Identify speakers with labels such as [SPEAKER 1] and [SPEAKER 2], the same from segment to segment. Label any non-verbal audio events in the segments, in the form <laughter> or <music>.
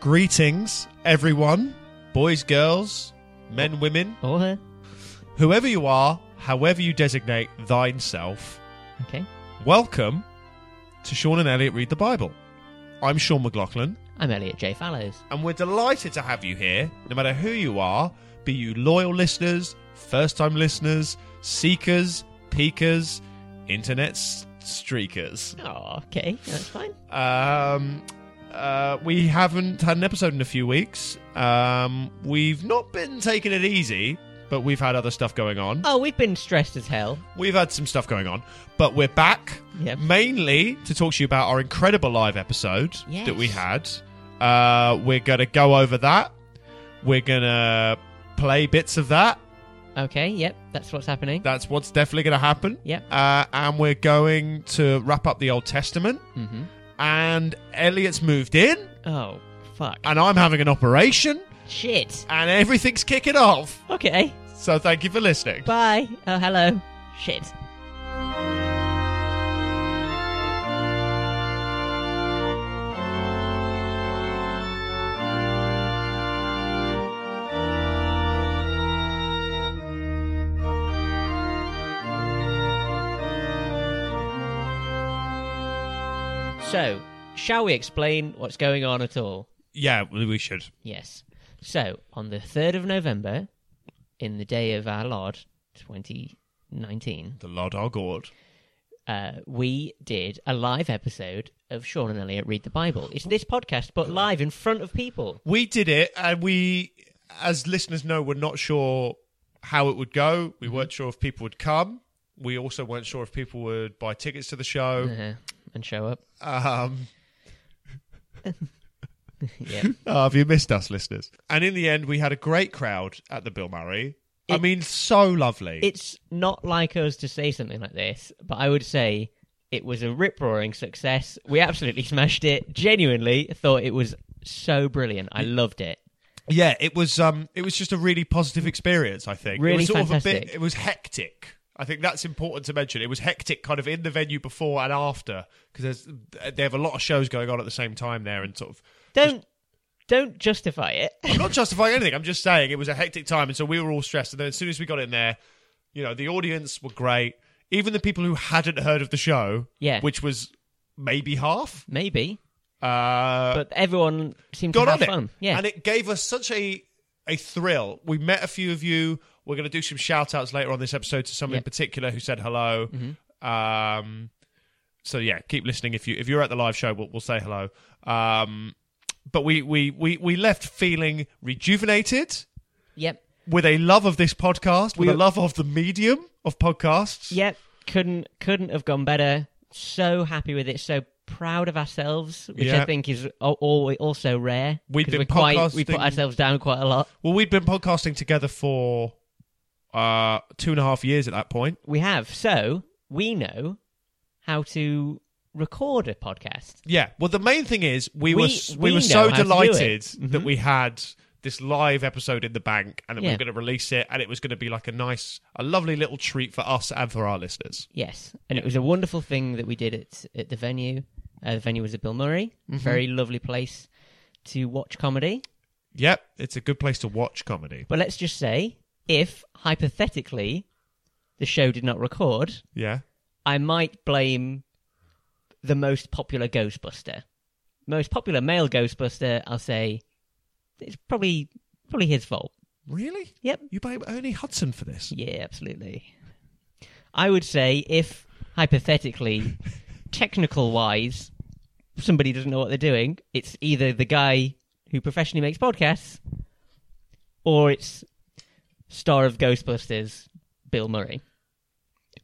[SPEAKER 1] Greetings, everyone, boys, girls, men, women,
[SPEAKER 2] Or her.
[SPEAKER 1] whoever you are, however you designate thine self.
[SPEAKER 2] Okay.
[SPEAKER 1] Welcome to Sean and Elliot Read the Bible. I'm Sean McLaughlin,
[SPEAKER 2] I'm Elliot J. Fallows.
[SPEAKER 1] and we're delighted to have you here, no matter who you are be you loyal listeners, first time listeners, seekers, peekers, internet s- streakers.
[SPEAKER 2] Oh, okay. That's fine.
[SPEAKER 1] Um, uh, we haven't had an episode in a few weeks. Um, we've not been taking it easy, but we've had other stuff going on.
[SPEAKER 2] Oh, we've been stressed as hell.
[SPEAKER 1] We've had some stuff going on, but we're back
[SPEAKER 2] Yep.
[SPEAKER 1] mainly to talk to you about our incredible live episode
[SPEAKER 2] Yes.
[SPEAKER 1] that we had. Uh, we're going to go over that. We're going to play bits of that.
[SPEAKER 2] Okay, yep, that's what's happening.
[SPEAKER 1] That's what's definitely going to happen.
[SPEAKER 2] Yep.
[SPEAKER 1] Uh, and we're going to wrap up the Old Testament.
[SPEAKER 2] Mm-hmm.
[SPEAKER 1] And Elliot's moved in.
[SPEAKER 2] Oh, fuck.
[SPEAKER 1] and I'm having an operation,
[SPEAKER 2] Shit.
[SPEAKER 1] and everything's kicking off.
[SPEAKER 2] Okay.
[SPEAKER 1] So thank you for listening.
[SPEAKER 2] Bye. Oh, hello. Shit. So, shall we explain what's going on at all?
[SPEAKER 1] Yeah, we we should.
[SPEAKER 2] Yes. So, on the 3rd of November, in the day of our Lord 2019,
[SPEAKER 1] The Lord our God.
[SPEAKER 2] uh, we did a live episode of Sean and Elliot Read the Bible. It's this podcast, but live in front of people.
[SPEAKER 1] We did it, and we, as listeners know, we're not sure how it would go. We weren't sure if people would come. We also weren't sure if people would buy tickets to the show.
[SPEAKER 2] Uh, and show up.
[SPEAKER 1] Um,
[SPEAKER 2] <laughs> yeah.
[SPEAKER 1] <laughs> oh, have you missed us, listeners? And in the end, we had a great crowd at the Bill Murray. I
[SPEAKER 2] It-
[SPEAKER 1] mean, so lovely.
[SPEAKER 2] It's not like us to say something like this, but I would say it was a rip roaring success. We absolutely <laughs> smashed it. Genuinely thought it was so brilliant. I loved it.
[SPEAKER 1] yeah, it was. Um, it was just a really positive experience. I think. it
[SPEAKER 2] Really
[SPEAKER 1] was sort of a bit.
[SPEAKER 2] fantastic.
[SPEAKER 1] It was hectic. I think that's important to mention. It was hectic, kind of in the venue before and after, because they have a lot of shows going on at the same time there, and sort of.
[SPEAKER 2] Don't don't justify it. <laughs>
[SPEAKER 1] I'm not justifying anything. I'm just saying it was a hectic time, and so we were all stressed. And then as soon as we got in there, you know, the audience were great. Even the people who hadn't heard of the show,
[SPEAKER 2] Yeah.
[SPEAKER 1] which was maybe half,
[SPEAKER 2] Maybe.
[SPEAKER 1] uh,
[SPEAKER 2] but everyone seemed
[SPEAKER 1] got
[SPEAKER 2] to
[SPEAKER 1] on
[SPEAKER 2] have
[SPEAKER 1] it.
[SPEAKER 2] fun. Yeah,
[SPEAKER 1] And it gave us such a a thrill. We met a few of you. We're going to do some shout outs later on this episode to someone in
[SPEAKER 2] Yep.
[SPEAKER 1] particular who said hello.
[SPEAKER 2] Mm-hmm.
[SPEAKER 1] Um, so yeah, keep listening. If you if you're at the live show, we'll, we'll say hello. Um, but we, we we we left feeling rejuvenated
[SPEAKER 2] yep,
[SPEAKER 1] with a love of this podcast, with
[SPEAKER 2] We-
[SPEAKER 1] a love of the medium of podcasts.
[SPEAKER 2] yep. Couldn't couldn't have gone better. So happy with it. So proud of ourselves, which
[SPEAKER 1] Yeah.
[SPEAKER 2] I think is al- al- also rare.
[SPEAKER 1] We've
[SPEAKER 2] 'cause
[SPEAKER 1] been
[SPEAKER 2] we're quite, we
[SPEAKER 1] podcasting-
[SPEAKER 2] put ourselves down quite a lot.
[SPEAKER 1] Well, we'd been podcasting together for uh, two and a half years at that point.
[SPEAKER 2] We have so we know how to record a podcast.
[SPEAKER 1] Yeah. Well, the main thing is we,
[SPEAKER 2] We-
[SPEAKER 1] were s- we,
[SPEAKER 2] we
[SPEAKER 1] were
[SPEAKER 2] know
[SPEAKER 1] so
[SPEAKER 2] how to do
[SPEAKER 1] delighted
[SPEAKER 2] it. Mhm.
[SPEAKER 1] that we had this live episode in the bank, and that we
[SPEAKER 2] Yeah.
[SPEAKER 1] were going to release it, and it was going to be like a nice, a lovely little treat for us and for our listeners.
[SPEAKER 2] Yes, and it was a wonderful thing that we did at at the venue. Uh, the venue was at Bill Murray,
[SPEAKER 1] Mm-hmm.
[SPEAKER 2] very lovely place to watch comedy.
[SPEAKER 1] Yep, it's a good place to watch comedy.
[SPEAKER 2] But let's just say, if hypothetically the show did not record,
[SPEAKER 1] Yeah.
[SPEAKER 2] I might blame the most popular Ghostbuster. Most popular male Ghostbuster, I'll say it's probably probably his fault.
[SPEAKER 1] Really?
[SPEAKER 2] Yep.
[SPEAKER 1] You blame Ernie Hudson for this?
[SPEAKER 2] Yeah, absolutely. I would say if hypothetically, technical wise, somebody doesn't know what they're doing, it's either the guy who professionally makes podcasts or it's star of Ghostbusters, Bill Murray.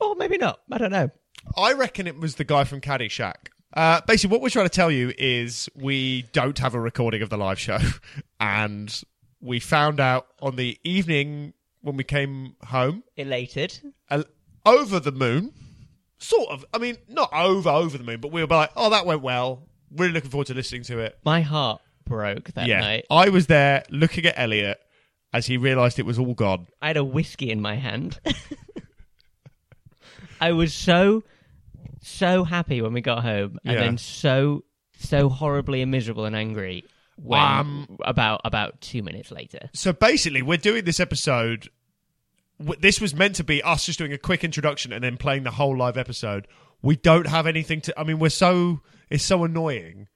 [SPEAKER 2] Or maybe not. I don't know.
[SPEAKER 1] I reckon it was the guy from Caddyshack. Uh, basically, what we're trying to tell you is we don't have a recording of the live show, <laughs> and we found out on the evening when we came home
[SPEAKER 2] Elated.
[SPEAKER 1] a- over the moon, sort of. I mean, not over over the moon, but we were like, "Oh, that went well. Really looking forward to listening to it."
[SPEAKER 2] My heart broke that
[SPEAKER 1] yeah,
[SPEAKER 2] night.
[SPEAKER 1] I was there looking at Elliot as he realised it was all gone.
[SPEAKER 2] I had a whiskey in
[SPEAKER 1] <laughs>
[SPEAKER 2] my hand. I was so, so happy when we got home, and
[SPEAKER 1] Yeah.
[SPEAKER 2] then so, so horribly miserable and angry when
[SPEAKER 1] Um,
[SPEAKER 2] about about two minutes later.
[SPEAKER 1] So basically, we're doing this episode. w- This was meant to be us just doing a quick introduction and then playing the whole live episode. We don't have anything to. I mean, we're so it's so annoying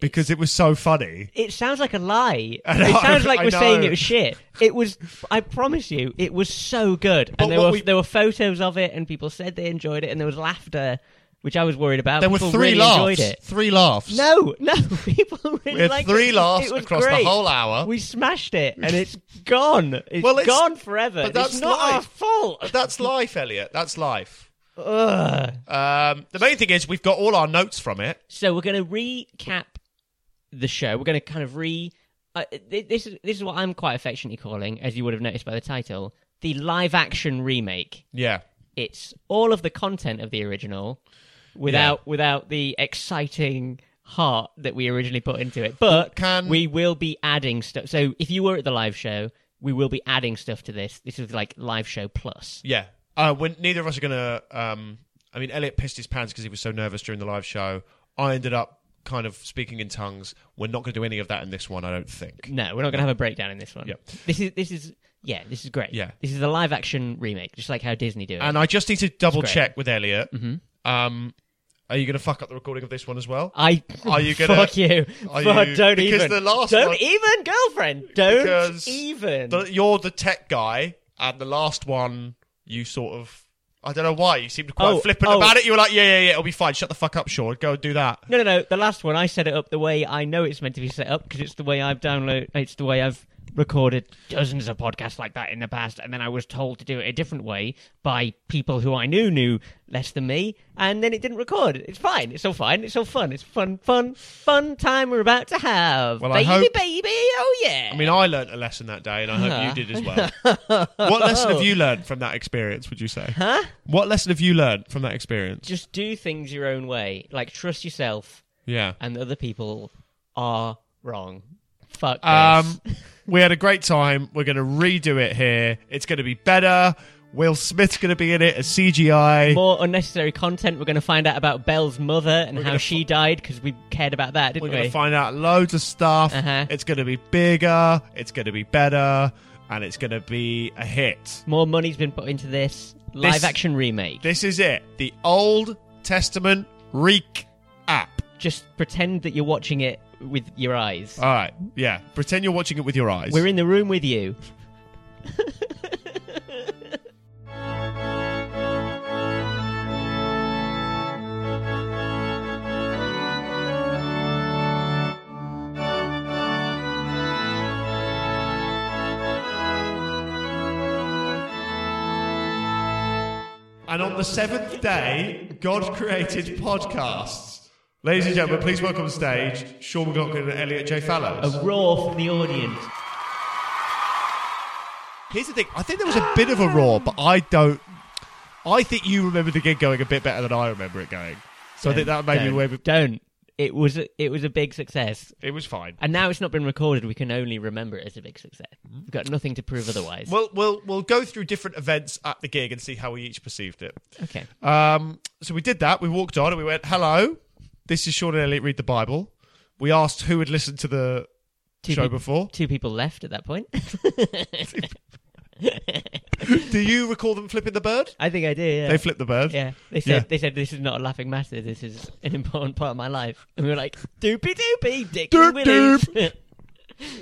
[SPEAKER 1] because it was so funny.
[SPEAKER 2] It sounds like a lie.
[SPEAKER 1] <laughs> I know,
[SPEAKER 2] it sounds like
[SPEAKER 1] I
[SPEAKER 2] we're saying
[SPEAKER 1] know.
[SPEAKER 2] it was shit. It was. I promise you, it was so good.
[SPEAKER 1] But
[SPEAKER 2] and there
[SPEAKER 1] what
[SPEAKER 2] were
[SPEAKER 1] we-
[SPEAKER 2] there were photos of it, and people said they enjoyed it, and there was laughter, which I was worried about.
[SPEAKER 1] There were
[SPEAKER 2] People
[SPEAKER 1] three
[SPEAKER 2] really
[SPEAKER 1] laughs.
[SPEAKER 2] Enjoyed it.
[SPEAKER 1] Three laughs.
[SPEAKER 2] No, no, <laughs> people really
[SPEAKER 1] we had
[SPEAKER 2] liked
[SPEAKER 1] three
[SPEAKER 2] it.
[SPEAKER 1] laughs
[SPEAKER 2] It was
[SPEAKER 1] across
[SPEAKER 2] great.
[SPEAKER 1] the whole hour.
[SPEAKER 2] We smashed it, and
[SPEAKER 1] <laughs>
[SPEAKER 2] it's gone. It's
[SPEAKER 1] Oh. Well, it's-
[SPEAKER 2] gone forever.
[SPEAKER 1] but
[SPEAKER 2] It's
[SPEAKER 1] that's
[SPEAKER 2] not our
[SPEAKER 1] life.
[SPEAKER 2] fault.
[SPEAKER 1] That's life, Elliot. That's life.
[SPEAKER 2] Ugh.
[SPEAKER 1] Um, the main thing is we've got all our notes from it.
[SPEAKER 2] So we're going to recap the show. We're going to kind of re. Uh, th- this is this is what I'm quite affectionately calling, as you would have noticed by the title, the live action remake.
[SPEAKER 1] Yeah.
[SPEAKER 2] It's all of the content of the original, without without the exciting heart that we originally put into it. But
[SPEAKER 1] Can-
[SPEAKER 2] we will be adding stuff. So if you were at the live show, we will be adding stuff to this. This is like live show plus.
[SPEAKER 1] Yeah. Uh, when neither of us are gonna. Um, I mean, Elliot pissed his pants because he was so nervous during the live show. I ended up kind of speaking in tongues. We're not gonna do any of that in this one, I don't think.
[SPEAKER 2] No, we're not going to have a breakdown in this one.
[SPEAKER 1] Yep.
[SPEAKER 2] This is this is yeah, this is great.
[SPEAKER 1] Yeah.
[SPEAKER 2] this is a live action remake, just like how Disney do it.
[SPEAKER 1] And I just need to double
[SPEAKER 2] great. Mm-hmm.
[SPEAKER 1] check with Elliot. Um, are you gonna fuck up the recording of this one as well?
[SPEAKER 2] I
[SPEAKER 1] Are
[SPEAKER 2] <laughs>
[SPEAKER 1] you gonna-
[SPEAKER 2] fuck you?
[SPEAKER 1] Are
[SPEAKER 2] Fuck,
[SPEAKER 1] you-
[SPEAKER 2] don't
[SPEAKER 1] because
[SPEAKER 2] even.
[SPEAKER 1] the last
[SPEAKER 2] don't
[SPEAKER 1] one-
[SPEAKER 2] even, girlfriend. Don't
[SPEAKER 1] Because
[SPEAKER 2] even.
[SPEAKER 1] The- you're the tech guy, and the last one you sort of. I don't know why you seemed quite
[SPEAKER 2] Oh,
[SPEAKER 1] flippant
[SPEAKER 2] oh.
[SPEAKER 1] about it. You were like, "Yeah, yeah, yeah, it'll be fine. Shut the fuck up, Sean. Go do that."
[SPEAKER 2] No, no, no. The last one, I set it up the way I know it's meant to be set up because it's the way I've download. It's the way I've recorded dozens of podcasts like that in the past, and then I was told to do it a different way by people who I knew knew less than me, and then it didn't record. It's fine. It's all fine. It's all fun. It's fun, fun, fun time we're about to have.
[SPEAKER 1] Well, I
[SPEAKER 2] baby,
[SPEAKER 1] hope-
[SPEAKER 2] baby. Oh yeah.
[SPEAKER 1] I mean, I learnt a lesson that day, and I
[SPEAKER 2] Huh.
[SPEAKER 1] hope you did as well. what lesson have you learned from that experience, would you say?
[SPEAKER 2] huh?
[SPEAKER 1] What lesson have you learnt from that experience?
[SPEAKER 2] Just do things your own way. Like trust yourself,
[SPEAKER 1] Yeah.
[SPEAKER 2] and other people are wrong. Fuck. This.
[SPEAKER 1] Um, we had a great time. We're going to redo it here. It's going to be better. Will Smith's going to be in it as CGI.
[SPEAKER 2] <laughs> more unnecessary content. We're going to find out about Belle's mother and
[SPEAKER 1] We're
[SPEAKER 2] how
[SPEAKER 1] gonna
[SPEAKER 2] she died because we cared about that, didn't
[SPEAKER 1] We're
[SPEAKER 2] we
[SPEAKER 1] going to find out loads of stuff.
[SPEAKER 2] Uh-huh.
[SPEAKER 1] It's going to be bigger. It's going to be better. And it's going to be a hit.
[SPEAKER 2] More money's been put into this live action remake.
[SPEAKER 1] This is it. The Old Testament Reek app.
[SPEAKER 2] Just pretend that you're watching it with your eyes.
[SPEAKER 1] All right. Yeah. Pretend you're watching it with your eyes.
[SPEAKER 2] We're in the room with you.
[SPEAKER 1] And on the seventh day, God created podcasts. Ladies and gentlemen, please welcome to stage Sean McLaughlin and Elliot J.
[SPEAKER 2] A
[SPEAKER 1] Fallows.
[SPEAKER 2] roar from the audience.
[SPEAKER 1] Here's the thing I think there was a bit of a roar, but I don't. I think you remember the gig going a bit better than I remember it going. So I think that maybe
[SPEAKER 2] don't,
[SPEAKER 1] where we-
[SPEAKER 2] don't. It was a, it was a big success,
[SPEAKER 1] it was fine.
[SPEAKER 2] and now it's not been recorded. We can only remember it as a big success. We've got nothing to prove otherwise.
[SPEAKER 1] We'll, we'll, we'll go through different events at the gig and see how we each perceived it.
[SPEAKER 2] okay.
[SPEAKER 1] Um, so we did that. We walked on and we went, hello, this is Sean and Elliot read the Bible. We asked who had listened to the
[SPEAKER 2] Two,
[SPEAKER 1] show
[SPEAKER 2] peop- <laughs>
[SPEAKER 1] before.
[SPEAKER 2] two people left at
[SPEAKER 1] <laughs>
[SPEAKER 2] that point. <laughs>
[SPEAKER 1] Do you recall them flipping the bird?
[SPEAKER 2] I think I do. Yeah.
[SPEAKER 1] They flipped the bird.
[SPEAKER 2] Yeah, they said
[SPEAKER 1] Yeah.
[SPEAKER 2] they said this is not a laughing matter. This is an important part of my life, and we were like, "Doopy doopy, Dick
[SPEAKER 1] Doop
[SPEAKER 2] Willies."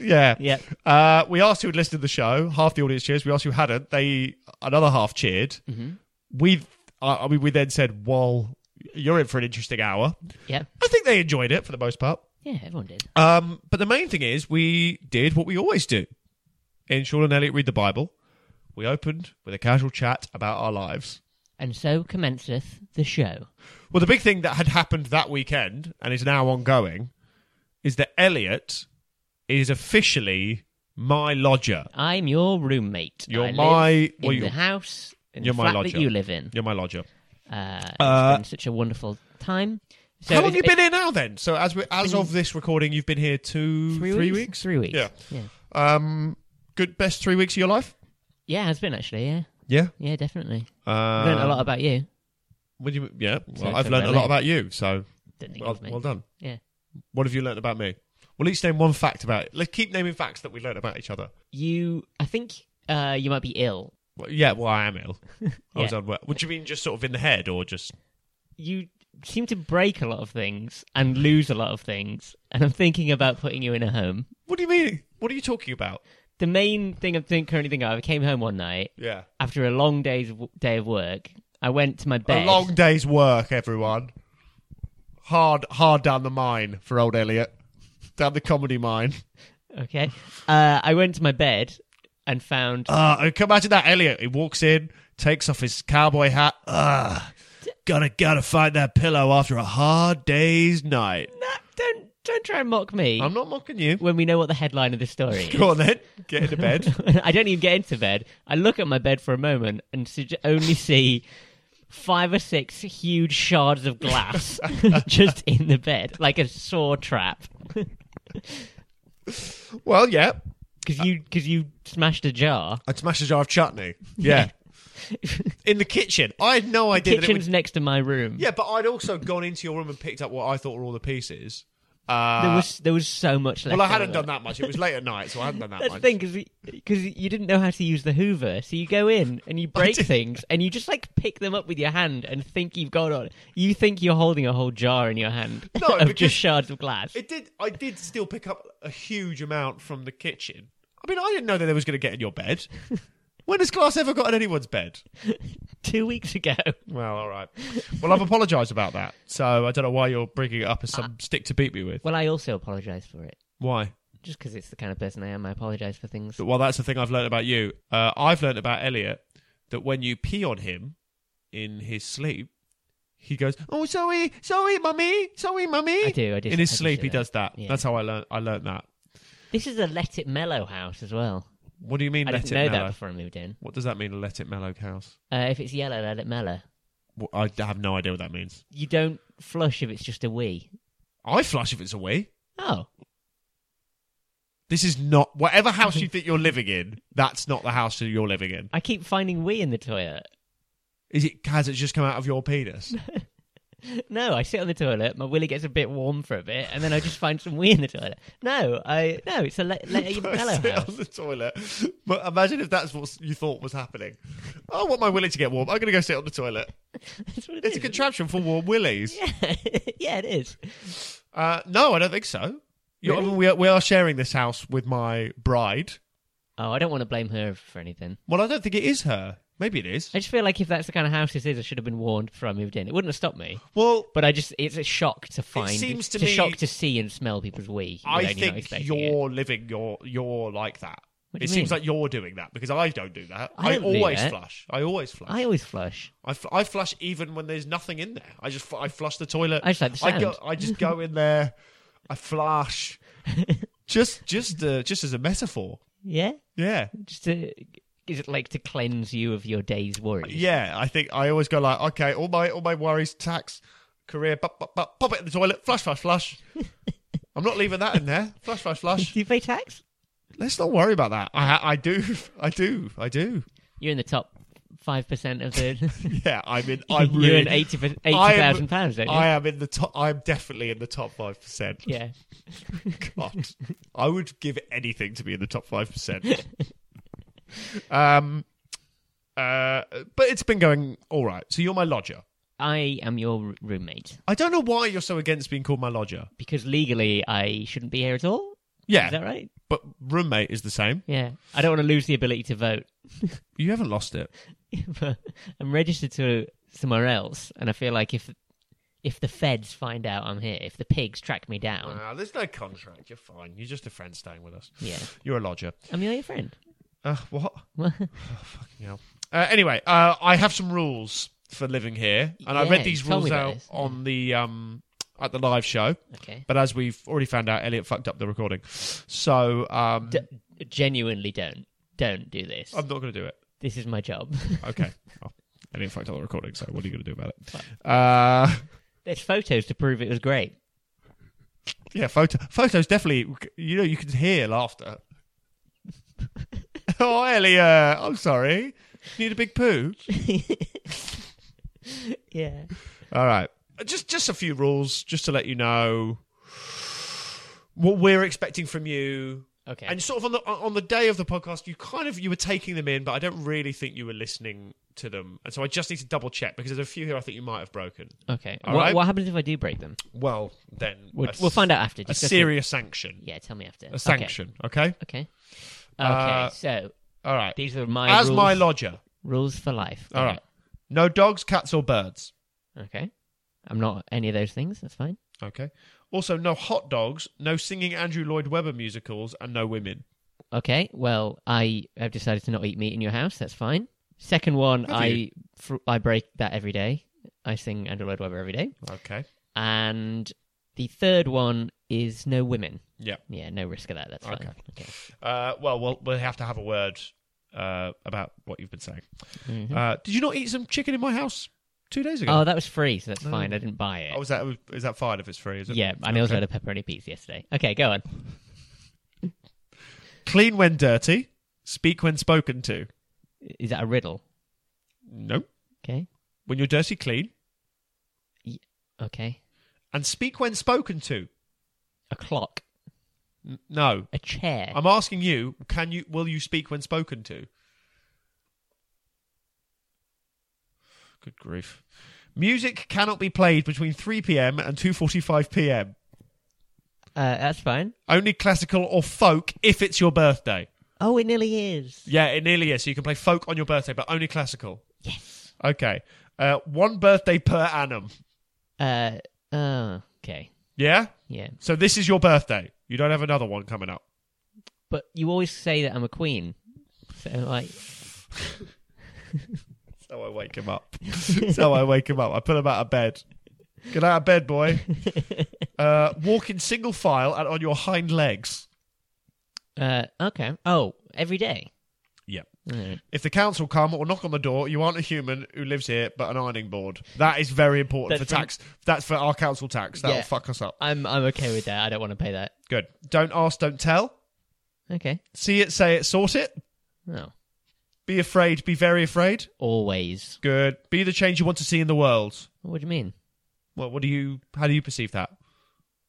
[SPEAKER 1] Yeah.
[SPEAKER 2] <laughs> yeah,
[SPEAKER 1] Uh, we asked who had listened to the show. Half the audience cheers. We asked who hadn't. They another half cheered.
[SPEAKER 2] Mm-hmm.
[SPEAKER 1] We, uh, I mean, we then said, "Well, you're in for an interesting hour."
[SPEAKER 2] yeah,
[SPEAKER 1] I think they enjoyed it for the most part.
[SPEAKER 2] yeah. Everyone did.
[SPEAKER 1] Um, but the main thing is, we did what we always do. In Sean and Elliot read the Bible. We opened with a casual chat about our lives.
[SPEAKER 2] And so commenceth the show.
[SPEAKER 1] Well, the big thing that had happened that weekend and is now ongoing is that Elliot is officially my lodger.
[SPEAKER 2] I'm your roommate.
[SPEAKER 1] You're
[SPEAKER 2] I live
[SPEAKER 1] my-
[SPEAKER 2] in
[SPEAKER 1] well,
[SPEAKER 2] the
[SPEAKER 1] you're-
[SPEAKER 2] house in
[SPEAKER 1] you're
[SPEAKER 2] the
[SPEAKER 1] my
[SPEAKER 2] flat
[SPEAKER 1] lodger.
[SPEAKER 2] that you live in.
[SPEAKER 1] You're my lodger.
[SPEAKER 2] Uh, it's
[SPEAKER 1] Uh,
[SPEAKER 2] been such a wonderful time. So
[SPEAKER 1] How long
[SPEAKER 2] it's-
[SPEAKER 1] you
[SPEAKER 2] it's
[SPEAKER 1] been here now then? So as we, as of this recording, you've been here two,
[SPEAKER 2] Three, weeks. Three weeks.
[SPEAKER 1] Yeah.
[SPEAKER 2] yeah,
[SPEAKER 1] Um, good best three weeks of your life.
[SPEAKER 2] yeah. It's been actually. Yeah,
[SPEAKER 1] Yeah.
[SPEAKER 2] yeah, definitely.
[SPEAKER 1] Um,
[SPEAKER 2] Learned a lot about you.
[SPEAKER 1] Would you? Yeah. Well,
[SPEAKER 2] So
[SPEAKER 1] I've
[SPEAKER 2] it's
[SPEAKER 1] learned a
[SPEAKER 2] about
[SPEAKER 1] lot
[SPEAKER 2] me.
[SPEAKER 1] about you. So
[SPEAKER 2] Didn't think
[SPEAKER 1] well,
[SPEAKER 2] of me.
[SPEAKER 1] well done.
[SPEAKER 2] Yeah.
[SPEAKER 1] What have you learnt about me? We'll each name one fact about it. Let's keep naming facts that we learned about each other.
[SPEAKER 2] You, I think uh, you might be ill.
[SPEAKER 1] Well, yeah, well, I am
[SPEAKER 2] <laughs>
[SPEAKER 1] ill. I was
[SPEAKER 2] Yeah.
[SPEAKER 1] unwell. Would you mean just sort of in the head or just.
[SPEAKER 2] You seem to break a lot of things and lose a lot of things, and I'm thinking about putting you in a home.
[SPEAKER 1] What do you mean? What are you talking about?
[SPEAKER 2] The main thing I'm think, currently thinking of, I came home one night
[SPEAKER 1] Yeah.
[SPEAKER 2] after a long day's w- day of work. I went to my bed.
[SPEAKER 1] A long day's work, everyone. Hard, hard down the mine for old Elliot. Down the comedy mine.
[SPEAKER 2] Okay. Uh, I went to my bed and found.
[SPEAKER 1] Uh, I can imagine that Elliot. He walks in, takes off his cowboy hat. Ugh. Gotta, gotta find that pillow after a hard day's night.
[SPEAKER 2] No, don't don't try and mock me
[SPEAKER 1] I'm not mocking you.
[SPEAKER 2] Um, when we know what the headline of this story <laughs> is.
[SPEAKER 1] Go on then. Get into bed.
[SPEAKER 2] <laughs> I don't even get into bed. I look at my bed for a moment and sug- only see five or six huge shards of glass <laughs> just in the bed, like a saw trap.
[SPEAKER 1] <laughs> well, yeah.
[SPEAKER 2] Because you because you smashed a jar.
[SPEAKER 1] I'd smash a jar of chutney. Yeah. in the kitchen. I had no idea that it
[SPEAKER 2] Kitchen's
[SPEAKER 1] would...
[SPEAKER 2] next to my room.
[SPEAKER 1] Yeah, but I'd also gone into your room and picked up what I thought were all the pieces. Uh,
[SPEAKER 2] There was there was so much left.
[SPEAKER 1] well, I hadn't
[SPEAKER 2] over.
[SPEAKER 1] done that much. It was late at night, so I hadn't done that
[SPEAKER 2] That's the
[SPEAKER 1] much.
[SPEAKER 2] thing, because you didn't know how to use the Hoover, so you go in
[SPEAKER 1] <laughs>
[SPEAKER 2] and you break
[SPEAKER 1] did.
[SPEAKER 2] things, and you just like pick them up with your hand and think you've got on. You think you're holding a whole jar in your hand
[SPEAKER 1] No,
[SPEAKER 2] <laughs> of
[SPEAKER 1] because-
[SPEAKER 2] just shards of glass.
[SPEAKER 1] It did. I did still pick up a huge amount from the kitchen. I mean, I didn't know that they was going to get in your
[SPEAKER 2] <laughs>
[SPEAKER 1] bed. when has glass ever got in anyone's bed?
[SPEAKER 2] Two weeks ago,
[SPEAKER 1] Well, all right. Well, I've apologised about that. So I don't know why you're bringing it up as some stick to beat me with.
[SPEAKER 2] Uh, well, I also apologise for it,
[SPEAKER 1] Why?
[SPEAKER 2] just because it's the kind of person I am. I apologise for things.
[SPEAKER 1] Well, that's the thing I've learned about you. Uh, I've learned about Elliot that when you pee on him in his sleep, he goes, "Oh, sorry, sorry, mummy, sorry, mummy."
[SPEAKER 2] I do, I do.
[SPEAKER 1] In his
[SPEAKER 2] I do
[SPEAKER 1] sleep,
[SPEAKER 2] say
[SPEAKER 1] he
[SPEAKER 2] that.
[SPEAKER 1] does that.
[SPEAKER 2] Yeah.
[SPEAKER 1] That's how I learned. I learned that.
[SPEAKER 2] This is a let it mellow house as well.
[SPEAKER 1] What do you mean?
[SPEAKER 2] I
[SPEAKER 1] let
[SPEAKER 2] didn't
[SPEAKER 1] it
[SPEAKER 2] know
[SPEAKER 1] mellow?
[SPEAKER 2] that before I moved in.
[SPEAKER 1] What does that mean? Let it mellow, house.
[SPEAKER 2] Uh, if it's yellow, let it mellow.
[SPEAKER 1] Well, I have no idea what that means.
[SPEAKER 2] You don't flush if it's just a wee.
[SPEAKER 1] I flush if it's a wee.
[SPEAKER 2] Oh,
[SPEAKER 1] This is not whatever house you think you're living in. That's not the house that you're living in.
[SPEAKER 2] I keep finding wee in the toilet.
[SPEAKER 1] Is it? Has it just come out of your
[SPEAKER 2] <laughs>
[SPEAKER 1] penis?
[SPEAKER 2] No, I sit on the toilet. My willy gets a bit warm for a bit, and then I just find some wee in the toilet. No, I no, it's a le- le-
[SPEAKER 1] <laughs>
[SPEAKER 2] a mellow
[SPEAKER 1] Sit
[SPEAKER 2] house. <laughs>
[SPEAKER 1] on the toilet. But imagine if that's what you thought was happening. Oh, I want my willy to get warm. I'm going to go sit on the toilet.
[SPEAKER 2] That's what it
[SPEAKER 1] It's a
[SPEAKER 2] is.
[SPEAKER 1] contraption for warm willies.
[SPEAKER 2] yeah, <laughs> yeah, it is.
[SPEAKER 1] Uh, no, I don't think so. You
[SPEAKER 2] Really?
[SPEAKER 1] I mean, we, are, we are sharing this house with my bride.
[SPEAKER 2] Oh, I don't want to blame her for anything.
[SPEAKER 1] Well, I don't think it is her. Maybe it is.
[SPEAKER 2] I just feel like if that's the kind of house this is, I should have been warned before I moved in. It wouldn't have stopped me.
[SPEAKER 1] Well,
[SPEAKER 2] But I just—it's a shock to find.
[SPEAKER 1] seems to
[SPEAKER 2] it's a
[SPEAKER 1] me-
[SPEAKER 2] shock to see and smell people's wee.
[SPEAKER 1] I
[SPEAKER 2] without you not
[SPEAKER 1] think
[SPEAKER 2] expecting it.
[SPEAKER 1] you're living your you're like that.
[SPEAKER 2] What
[SPEAKER 1] It
[SPEAKER 2] do you
[SPEAKER 1] seems
[SPEAKER 2] mean?
[SPEAKER 1] like you're doing that because I don't do that.
[SPEAKER 2] I
[SPEAKER 1] I,
[SPEAKER 2] don't do
[SPEAKER 1] always
[SPEAKER 2] that.
[SPEAKER 1] flush. I always flush.
[SPEAKER 2] I always flush.
[SPEAKER 1] I, fl- I flush even when there's nothing in there. I just fl- I flush the toilet.
[SPEAKER 2] I just like the
[SPEAKER 1] I go.
[SPEAKER 2] sound.
[SPEAKER 1] I
[SPEAKER 2] <laughs>
[SPEAKER 1] just go in there. I flush. just just uh, just as a metaphor.
[SPEAKER 2] Yeah,
[SPEAKER 1] Yeah.
[SPEAKER 2] just to—is it like to cleanse you of your day's worries?
[SPEAKER 1] Yeah, I think I always go like, okay, all my all my worries, tax, career, bop, bop, bop, pop it in the toilet, flush, flush,
[SPEAKER 2] <laughs>
[SPEAKER 1] flush. I'm not leaving that in there. Flush, flush, flush.
[SPEAKER 2] Do you pay tax?
[SPEAKER 1] Let's not worry about that. I I do, <laughs> I do, I do.
[SPEAKER 2] You're in the top five percent of the. <laughs>
[SPEAKER 1] Yeah, I'm in. <laughs> I'm
[SPEAKER 2] you earn
[SPEAKER 1] really.
[SPEAKER 2] 80
[SPEAKER 1] I am-
[SPEAKER 2] 80,000 pounds, don't you?
[SPEAKER 1] I am in the top. I'm definitely in the top five percent.
[SPEAKER 2] yeah.
[SPEAKER 1] <laughs> God, I would give anything to be in the top five percent.
[SPEAKER 2] <laughs>
[SPEAKER 1] um, uh, but it's been going all right. So you're my lodger.
[SPEAKER 2] I am your r- roommate
[SPEAKER 1] I don't know why you're so against being called my lodger.
[SPEAKER 2] because legally I shouldn't be here at all. Is
[SPEAKER 1] Yeah,
[SPEAKER 2] that right?
[SPEAKER 1] but roommate is the same.
[SPEAKER 2] Yeah. I don't want to lose the ability to vote.
[SPEAKER 1] You haven't lost it.
[SPEAKER 2] <laughs> But I'm registered to somewhere else and I feel like if if the feds find out I'm here, if the pigs track me down,
[SPEAKER 1] Ah, there's no contract. You're fine. You're just a friend staying with us.
[SPEAKER 2] yeah.
[SPEAKER 1] You're a lodger.
[SPEAKER 2] I'm your friend. <laughs>
[SPEAKER 1] Uh, what?
[SPEAKER 2] What?
[SPEAKER 1] Fucking hell. Uh, anyway, uh, I have some rules for living here, and I
[SPEAKER 2] Yeah,
[SPEAKER 1] read these
[SPEAKER 2] you told
[SPEAKER 1] rules
[SPEAKER 2] me about
[SPEAKER 1] out
[SPEAKER 2] this.
[SPEAKER 1] on the um at the live show.
[SPEAKER 2] Okay.
[SPEAKER 1] But as we've already found out, Elliot fucked up the recording, so um,
[SPEAKER 2] D- genuinely don't. Don't do this.
[SPEAKER 1] I'm not going to do it.
[SPEAKER 2] this is my job. <laughs>
[SPEAKER 1] Okay. <laughs> well, Elliot fucked up the recording, so what are you going to do about it? Uh,
[SPEAKER 2] There's photos to prove it was great. <laughs>
[SPEAKER 1] yeah, photo photos definitely. You know, you can hear
[SPEAKER 2] <laughs>
[SPEAKER 1] laughter. oh, Elliot, I'm sorry. Need a big poo.
[SPEAKER 2] Yeah.
[SPEAKER 1] Uh, All right. Just just a few rules, just to let you know what we're expecting from you.
[SPEAKER 2] Okay.
[SPEAKER 1] And sort of on the on the day of the podcast, you kind of you were taking them in, but I don't really think you were listening to them. And so I just need to double check because there's a few here I think you might have broken.
[SPEAKER 2] okay.
[SPEAKER 1] All
[SPEAKER 2] What,
[SPEAKER 1] right.
[SPEAKER 2] what happens if I do break them?
[SPEAKER 1] Well, then
[SPEAKER 2] We'll,
[SPEAKER 1] a
[SPEAKER 2] we'll
[SPEAKER 1] s-
[SPEAKER 2] find out after.
[SPEAKER 1] a
[SPEAKER 2] Discuss it.
[SPEAKER 1] serious sanction,
[SPEAKER 2] Yeah, tell me after.
[SPEAKER 1] a sanction. Okay,
[SPEAKER 2] Okay. Okay.
[SPEAKER 1] Uh,
[SPEAKER 2] okay. So
[SPEAKER 1] all right.
[SPEAKER 2] these are my
[SPEAKER 1] As
[SPEAKER 2] rules,
[SPEAKER 1] my lodger,
[SPEAKER 2] rules for life.
[SPEAKER 1] all right. No dogs, cats, or birds.
[SPEAKER 2] Okay. I'm not any of those things. That's fine.
[SPEAKER 1] Okay. Also, no hot dogs, no singing Andrew Lloyd Webber musicals, and no women.
[SPEAKER 2] Okay. Well, I have decided to not eat meat in your house. That's fine. Second one,
[SPEAKER 1] Have
[SPEAKER 2] I
[SPEAKER 1] you?
[SPEAKER 2] fr- I break that every day. I sing Andrew Lloyd Webber every day.
[SPEAKER 1] Okay.
[SPEAKER 2] And the third one is no women.
[SPEAKER 1] Yeah.
[SPEAKER 2] Yeah, no risk of that. That's fine.
[SPEAKER 1] Okay.
[SPEAKER 2] Okay.
[SPEAKER 1] Uh, well, we'll we'll have to have a word uh, about what you've been saying.
[SPEAKER 2] Mhm.
[SPEAKER 1] Uh, did you not eat some chicken in my house two days ago?
[SPEAKER 2] Oh, that was free, so that's fine. I didn't buy it.
[SPEAKER 1] Oh, is that is that fine if it's free? Is it?
[SPEAKER 2] yeah, and I also had a pepperoni pizza yesterday. Okay, go on.
[SPEAKER 1] Clean when dirty, speak when spoken to.
[SPEAKER 2] Is that a riddle?
[SPEAKER 1] No.
[SPEAKER 2] Okay.
[SPEAKER 1] When you're dirty, clean,
[SPEAKER 2] Okay.
[SPEAKER 1] and speak when spoken to.
[SPEAKER 2] A clock.
[SPEAKER 1] N- no.
[SPEAKER 2] A chair.
[SPEAKER 1] I'm asking you. Can you? Will you speak when spoken to? Good grief. Music cannot be played between 3 p.m. and 2:45 p.m.
[SPEAKER 2] Uh, that's fine.
[SPEAKER 1] Only classical or folk if it's your birthday.
[SPEAKER 2] Oh, it nearly is.
[SPEAKER 1] Yeah, it nearly is. So you can play folk on your birthday, but only classical.
[SPEAKER 2] Yes.
[SPEAKER 1] Okay. Uh, one birthday per annum.
[SPEAKER 2] Uh, uh, okay.
[SPEAKER 1] Yeah?
[SPEAKER 2] Yeah.
[SPEAKER 1] So this is your birthday. You don't have another one coming up.
[SPEAKER 2] But you always say that I'm a queen. So, like, <laughs>
[SPEAKER 1] So I wake him <laughs> up. so I wake him up. I put him out of bed. Get out of bed, boy. Uh, walk in single file and on your hind legs.
[SPEAKER 2] uh, okay. Oh, every day.
[SPEAKER 1] Yeah.
[SPEAKER 2] Alright.
[SPEAKER 1] If the council come or knock on the door, you aren't a human who lives here, but an ironing board. That is very important
[SPEAKER 2] That's
[SPEAKER 1] for tax. That's for our council tax. That'll
[SPEAKER 2] Yeah.
[SPEAKER 1] fuck us up.
[SPEAKER 2] I'm I'm okay with that. I don't want to pay that.
[SPEAKER 1] Good. Don't ask, don't tell.
[SPEAKER 2] Okay. Oh,
[SPEAKER 1] See it, say it, sort it.
[SPEAKER 2] No.
[SPEAKER 1] Be afraid, be very afraid.
[SPEAKER 2] Always.
[SPEAKER 1] Good. Be the change you want to see in the world.
[SPEAKER 2] What do you mean?
[SPEAKER 1] Well, what do you? How do you perceive that?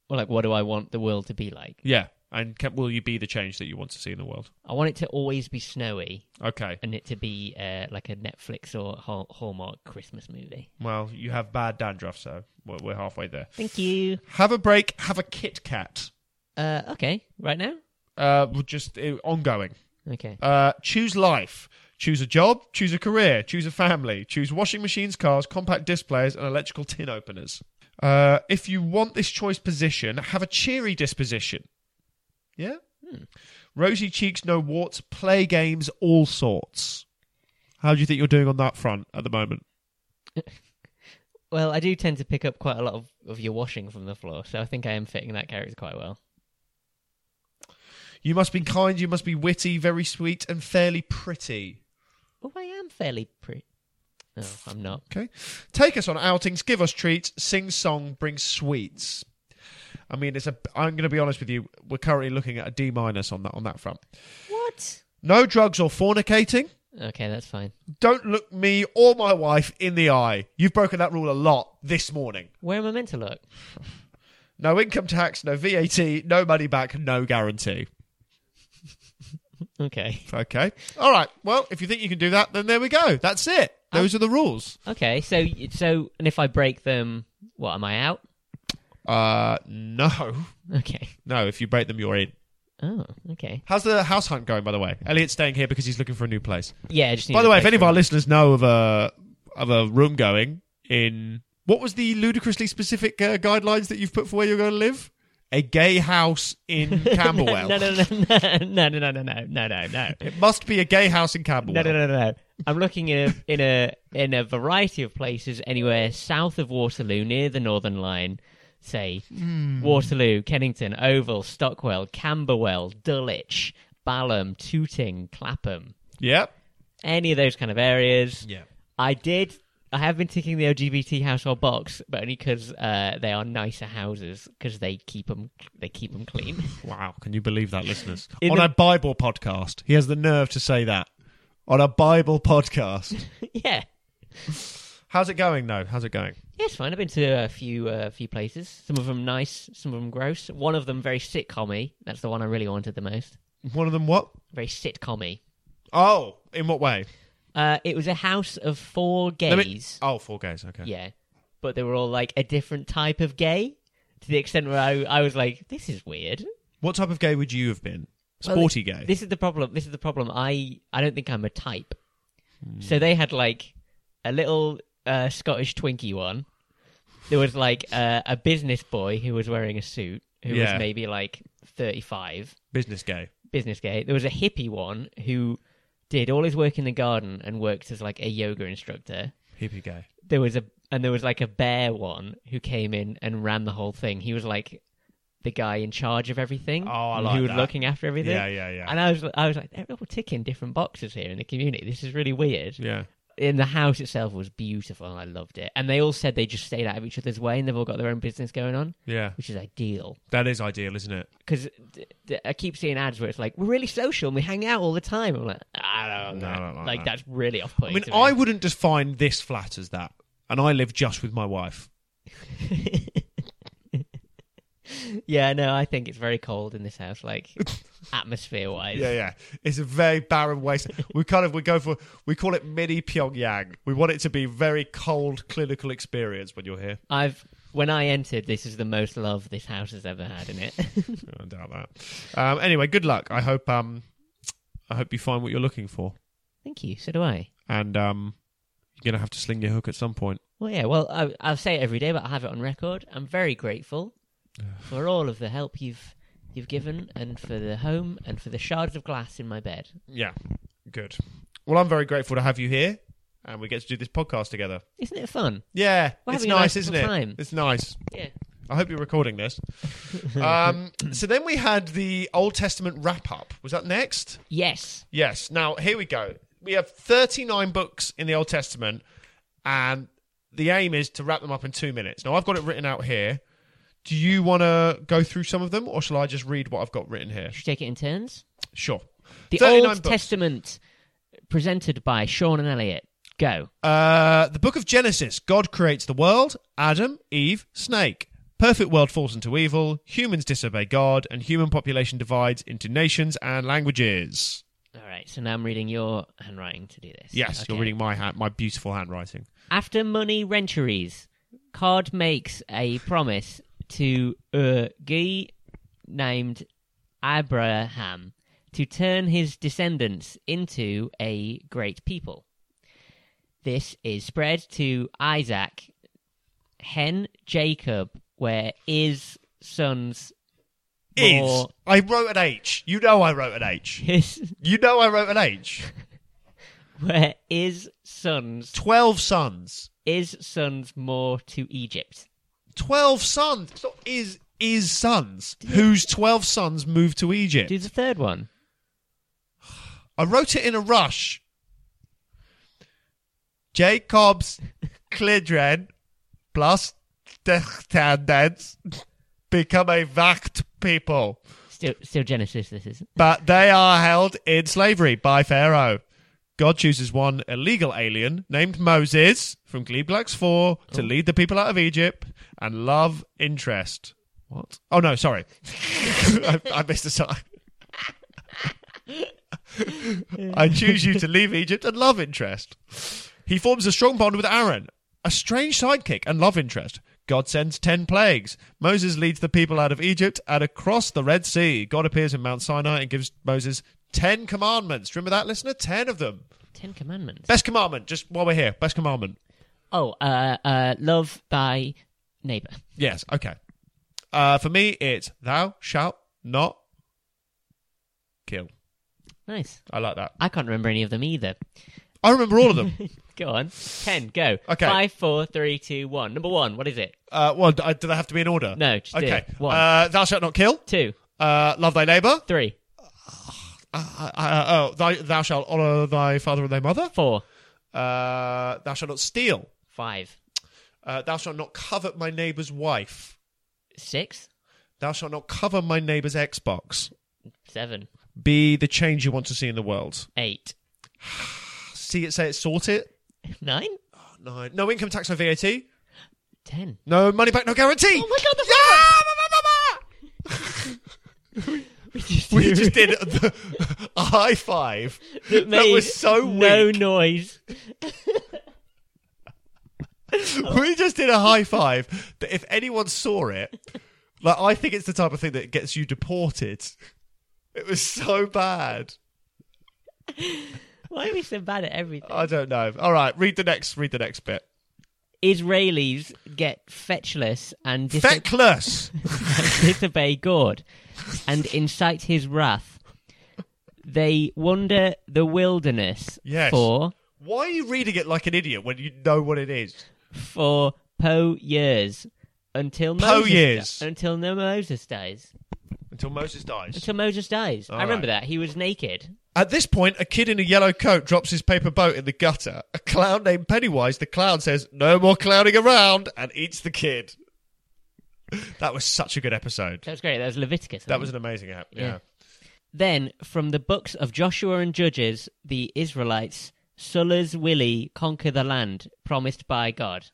[SPEAKER 2] Well, like, what do I want the world to be like?
[SPEAKER 1] Yeah, and can, will you be the change that you want to see in the world?
[SPEAKER 2] I want it to always be snowy
[SPEAKER 1] Okay.
[SPEAKER 2] and it to be uh, like a Netflix or Hall- Hallmark Christmas movie.
[SPEAKER 1] Well, you have bad dandruff, so we're, we're halfway there.
[SPEAKER 2] Thank you.
[SPEAKER 1] Have a break. Have a Kit Kat.
[SPEAKER 2] Uh, okay. Right now.
[SPEAKER 1] Uh, we'll just uh, ongoing.
[SPEAKER 2] Okay.
[SPEAKER 1] Uh, choose life. Choose a job. Choose a career. Choose a family. Choose washing machines, cars, compact displays, and electrical tin openers. Uh, if you want this choice position, have a cheery disposition. Yeah. Rosy cheeks, no warts. Play games, all sorts. How do you think you're doing on that front at the moment?
[SPEAKER 2] Well, I do tend to pick up quite a lot of, of your washing from the floor, so I think I am fitting that character quite well.
[SPEAKER 1] You must be kind. You must be witty, very sweet, and fairly pretty.
[SPEAKER 2] Oh, I am fairly pretty. No, I'm not.
[SPEAKER 1] Okay. Take us on outings. Give us treats. Sing song. Bring sweets. I mean, it's a. I'm going to be honest with you. We're currently looking at a D minus on that on that front.
[SPEAKER 2] What?
[SPEAKER 1] No drugs or fornicating.
[SPEAKER 2] Okay, that's fine.
[SPEAKER 1] Don't look me or my wife in the eye. You've broken that rule a lot this morning.
[SPEAKER 2] Where am I meant to look?
[SPEAKER 1] No income tax, no VAT, no money back, no guarantee.
[SPEAKER 2] Okay.
[SPEAKER 1] Okay. All right. Well, if you think you can do that, then there we go. That's it. Those are the rules.
[SPEAKER 2] Okay, so y- so and if I break them, what am I out?
[SPEAKER 1] Uh, no,
[SPEAKER 2] Okay.
[SPEAKER 1] no. If you break them, you're in.
[SPEAKER 2] Oh, okay.
[SPEAKER 1] How's the house hunt going, by the way? Elliot's staying here because he's looking for a new place.
[SPEAKER 2] Yeah, I just need
[SPEAKER 1] by
[SPEAKER 2] to
[SPEAKER 1] the way, if
[SPEAKER 2] break
[SPEAKER 1] any of our
[SPEAKER 2] them.
[SPEAKER 1] listeners know of a of a room going in what was the ludicrously specific uh, guidelines that you've put for where you're going to live? A gay house in Camberwell.
[SPEAKER 2] <laughs> No, no, no, no, no, no, no, no, no, no, no, no.
[SPEAKER 1] It must be a gay house in Camberwell.
[SPEAKER 2] No, no, no, no, no. I'm looking in a in a in a variety of places anywhere south of Waterloo, near the Northern Line, say
[SPEAKER 1] Hmm.
[SPEAKER 2] Waterloo, Kennington, Oval, Stockwell, Camberwell, Dulwich, Balham, Tooting, Clapham,
[SPEAKER 1] Yep.
[SPEAKER 2] any of those kind of areas.
[SPEAKER 1] Yeah.
[SPEAKER 2] I did. I have been ticking the LGBT household box, but only because uh, they are nicer houses because they keep them they keep 'em clean. <laughs>
[SPEAKER 1] Wow. Oh, Can you believe that, listeners?
[SPEAKER 2] In
[SPEAKER 1] On
[SPEAKER 2] the-
[SPEAKER 1] a Bible podcast,
[SPEAKER 2] <laughs>
[SPEAKER 1] he has the nerve to say that. On a Bible podcast.
[SPEAKER 2] yeah.
[SPEAKER 1] How's it going though? How's it going?
[SPEAKER 2] Yeah, it's fine. I've been to a few uh, few places. Some of them nice, some of them gross. One of them very sitcommy. That's the one I really wanted the most.
[SPEAKER 1] One of them what?
[SPEAKER 2] Very sitcommy.
[SPEAKER 1] Oh, in what way?
[SPEAKER 2] Uh, it was a house of four
[SPEAKER 1] Let me-
[SPEAKER 2] gays.
[SPEAKER 1] Oh, four gays. Okay.
[SPEAKER 2] Yeah, but they were all like a different type of gay. To the extent where I, I was like, this is weird.
[SPEAKER 1] What type of gay would you have been?
[SPEAKER 2] Well,
[SPEAKER 1] Sporty gay.
[SPEAKER 2] This is the problem. This is the problem. I I don't think I'm a type.
[SPEAKER 1] Hmm.
[SPEAKER 2] So they had like a little uh, Scottish Twinkie one. There was like uh, a business boy who was wearing a suit who
[SPEAKER 1] Yeah.
[SPEAKER 2] was maybe like 35,
[SPEAKER 1] Business gay.
[SPEAKER 2] business gay. There was a hippie one who did all his work in the garden and worked as like a yoga instructor.
[SPEAKER 1] Hippie gay.
[SPEAKER 2] There was a and there was like a bear one who came in and ran the whole thing. He was like the guy in charge of everything.
[SPEAKER 1] Oh, I
[SPEAKER 2] and
[SPEAKER 1] like
[SPEAKER 2] Who was
[SPEAKER 1] that.
[SPEAKER 2] looking after everything.
[SPEAKER 1] Yeah, yeah, yeah.
[SPEAKER 2] And I was, I was like, they're all ticking different boxes here in the community. This is really weird.
[SPEAKER 1] yeah.
[SPEAKER 2] And the house itself was beautiful, and I loved it. And they all said they just stayed out of each other's way, and they've all got their own business going on,
[SPEAKER 1] Yeah.
[SPEAKER 2] which is ideal.
[SPEAKER 1] That is ideal, isn't it?
[SPEAKER 2] Because d- d- I keep seeing ads where it's like, we're really social and we hang out all the time. I'm like, I don't
[SPEAKER 1] No,
[SPEAKER 2] know.
[SPEAKER 1] I don't like
[SPEAKER 2] like,
[SPEAKER 1] that.
[SPEAKER 2] that's really off
[SPEAKER 1] I mean,
[SPEAKER 2] putting.
[SPEAKER 1] I wouldn't define this flat as that. And I live just with my wife.
[SPEAKER 2] <laughs> yeah, no, I think it's very cold in this
[SPEAKER 1] <laughs>
[SPEAKER 2] house, like atmosphere wise.
[SPEAKER 1] Yeah, yeah. It's a very barren waste. We kind of we go for we call it mini Pyongyang. We want it to be very cold clinical experience when you're here.
[SPEAKER 2] I've when I entered, this is the most love this house has ever had in it.
[SPEAKER 1] I doubt that. Um, anyway, good luck. I hope um I hope you find what you're looking for.
[SPEAKER 2] <laughs> Thank you. So do I.
[SPEAKER 1] And um you're gonna have to sling your hook at some point.
[SPEAKER 2] Well, yeah. Well, I, I'll say it every day, but I have it on record. I'm very
[SPEAKER 1] <sighs>
[SPEAKER 2] grateful for all of the help you've you've given, and for the home, and for the shards of glass in my bed.
[SPEAKER 1] Yeah. Good. Well, I'm very grateful to have you here and we get to do this podcast together.
[SPEAKER 2] Isn't it fun?
[SPEAKER 1] Yeah.
[SPEAKER 2] We're
[SPEAKER 1] it's
[SPEAKER 2] having a nice
[SPEAKER 1] nice, isn't
[SPEAKER 2] little
[SPEAKER 1] it?
[SPEAKER 2] time.
[SPEAKER 1] It's nice.
[SPEAKER 2] Yeah.
[SPEAKER 1] I hope you're recording
[SPEAKER 2] <laughs>
[SPEAKER 1] this. Um, so then we had the Old Testament wrap up. Was that next?
[SPEAKER 2] Yes.
[SPEAKER 1] Yes. Now, here we go. We have 39 books in the Old Testament, and the aim is to wrap them up in two minutes. Now, I've got it written out here. Do you want to go through some of them, or shall I just read what I've got written here?
[SPEAKER 2] Should we take it in turns?
[SPEAKER 1] Sure.
[SPEAKER 2] The
[SPEAKER 1] 39
[SPEAKER 2] Old
[SPEAKER 1] books.
[SPEAKER 2] Testament, presented by Sean and Elliot. Go.
[SPEAKER 1] Uh, the book of Genesis God creates the world, Adam, Eve, snake. Perfect world falls into evil, humans disobey God, and human population divides into nations and languages.
[SPEAKER 2] All right. So now I'm reading your handwriting to do this.
[SPEAKER 1] Yes, you're
[SPEAKER 2] Okay.
[SPEAKER 1] reading my hand, my beautiful handwriting.
[SPEAKER 2] After money renteries, Card makes a promise to a guy named Abraham to turn his descendants into a great people. This is spread to Isaac, Hen Jacob, where his sons
[SPEAKER 1] Is
[SPEAKER 2] more <laughs>
[SPEAKER 1] I wrote an H. You know I wrote an H.
[SPEAKER 2] his
[SPEAKER 1] You know I wrote an H.
[SPEAKER 2] where his sons
[SPEAKER 1] Twelve sons.
[SPEAKER 2] his sons more to Egypt.
[SPEAKER 1] Twelve sons. It's not is is sons. Whose twelve sons moved to Egypt?
[SPEAKER 2] Do the third one.
[SPEAKER 1] I wrote it in a rush. Jacob's Clidren plus Dechtandens become a Vacht people,
[SPEAKER 2] Still still Genesis this is.
[SPEAKER 1] but they are held in slavery by Pharaoh. God chooses one illegal alien named Moses from Glebe Glacks 4 to lead the people out of Egypt and love interest. What? Oh, no, sorry. <laughs> I, I missed a sign. <laughs> I choose you to leave Egypt and love interest. He forms a strong bond with Aaron, a strange sidekick and love interest. God sends 10 plagues. Moses leads the people out of Egypt and across the Red Sea. God appears in Mount Sinai and gives Moses 10 commandments. Do you Remember that, listener? 10 of them.
[SPEAKER 2] Ten Commandments.
[SPEAKER 1] Best commandment, just while we're here. Best commandment.
[SPEAKER 2] Oh, uh, uh, love thy neighbor.
[SPEAKER 1] Yes, okay. Uh, for me, it's thou shalt not kill.
[SPEAKER 2] Nice.
[SPEAKER 1] I like that.
[SPEAKER 2] I can't remember any of them either.
[SPEAKER 1] I remember all of them.
[SPEAKER 2] Go on. Ten. Go.
[SPEAKER 1] Okay.
[SPEAKER 2] Five, four, three, two, one. Number one. What is it?
[SPEAKER 1] Uh, well, d- uh, do they have to be in order?
[SPEAKER 2] No, just do
[SPEAKER 1] okay.
[SPEAKER 2] it. One.
[SPEAKER 1] Uh, thou shalt not kill.
[SPEAKER 2] Two,
[SPEAKER 1] Uh, love thy neighbour.
[SPEAKER 2] three,
[SPEAKER 1] Uh, uh, oh, thy, thou shalt honour thy father and thy mother.
[SPEAKER 2] four,
[SPEAKER 1] Uh, thou shalt not steal.
[SPEAKER 2] five,
[SPEAKER 1] Uh, thou shalt not covet my neighbour's wife.
[SPEAKER 2] six,
[SPEAKER 1] Thou shalt not cover my neighbour's Xbox.
[SPEAKER 2] seven,
[SPEAKER 1] Be the change you want to see in the world.
[SPEAKER 2] eight,
[SPEAKER 1] See it, say it, sort it.
[SPEAKER 2] <laughs> nine.
[SPEAKER 1] Oh, nine. No income tax, no VAT.
[SPEAKER 2] Ten.
[SPEAKER 1] No money back, no guarantee.
[SPEAKER 2] Oh my god, the
[SPEAKER 1] yeah!
[SPEAKER 2] we just,
[SPEAKER 1] We just did the, <laughs> a high five.
[SPEAKER 2] that
[SPEAKER 1] that
[SPEAKER 2] made
[SPEAKER 1] was so
[SPEAKER 2] no
[SPEAKER 1] weak.
[SPEAKER 2] noise.
[SPEAKER 1] <laughs> We just did a high five that if anyone saw it, like I think it's the type of thing that gets you deported. It was so bad.
[SPEAKER 2] Why are we so bad at everything?
[SPEAKER 1] I don't know. All right, read the next. Read the next bit.
[SPEAKER 2] Israelis get fetchless and dis-
[SPEAKER 1] Feckless.
[SPEAKER 2] <laughs> disobey God and incite his wrath. They wander the wilderness
[SPEAKER 1] Yes.
[SPEAKER 2] for
[SPEAKER 1] Why are you reading it like an idiot when you know what it is?
[SPEAKER 2] for po years until
[SPEAKER 1] Po
[SPEAKER 2] Moses
[SPEAKER 1] years.
[SPEAKER 2] di- until no Moses dies
[SPEAKER 1] Until Moses dies.
[SPEAKER 2] until Moses dies.
[SPEAKER 1] All
[SPEAKER 2] I remember that he was naked.
[SPEAKER 1] At this point, a kid in a yellow coat drops his paper boat in the gutter. A clown named Pennywise, the clown, says, No more clowning around, and eats the kid. That was such a good episode.
[SPEAKER 2] That was great. That was Leviticus. I
[SPEAKER 1] That
[SPEAKER 2] think.
[SPEAKER 1] was an amazing app. Yeah.
[SPEAKER 2] Yeah. Then, from the books of Joshua and Judges, the Israelites, Sullah's Willie conquer the land promised by God.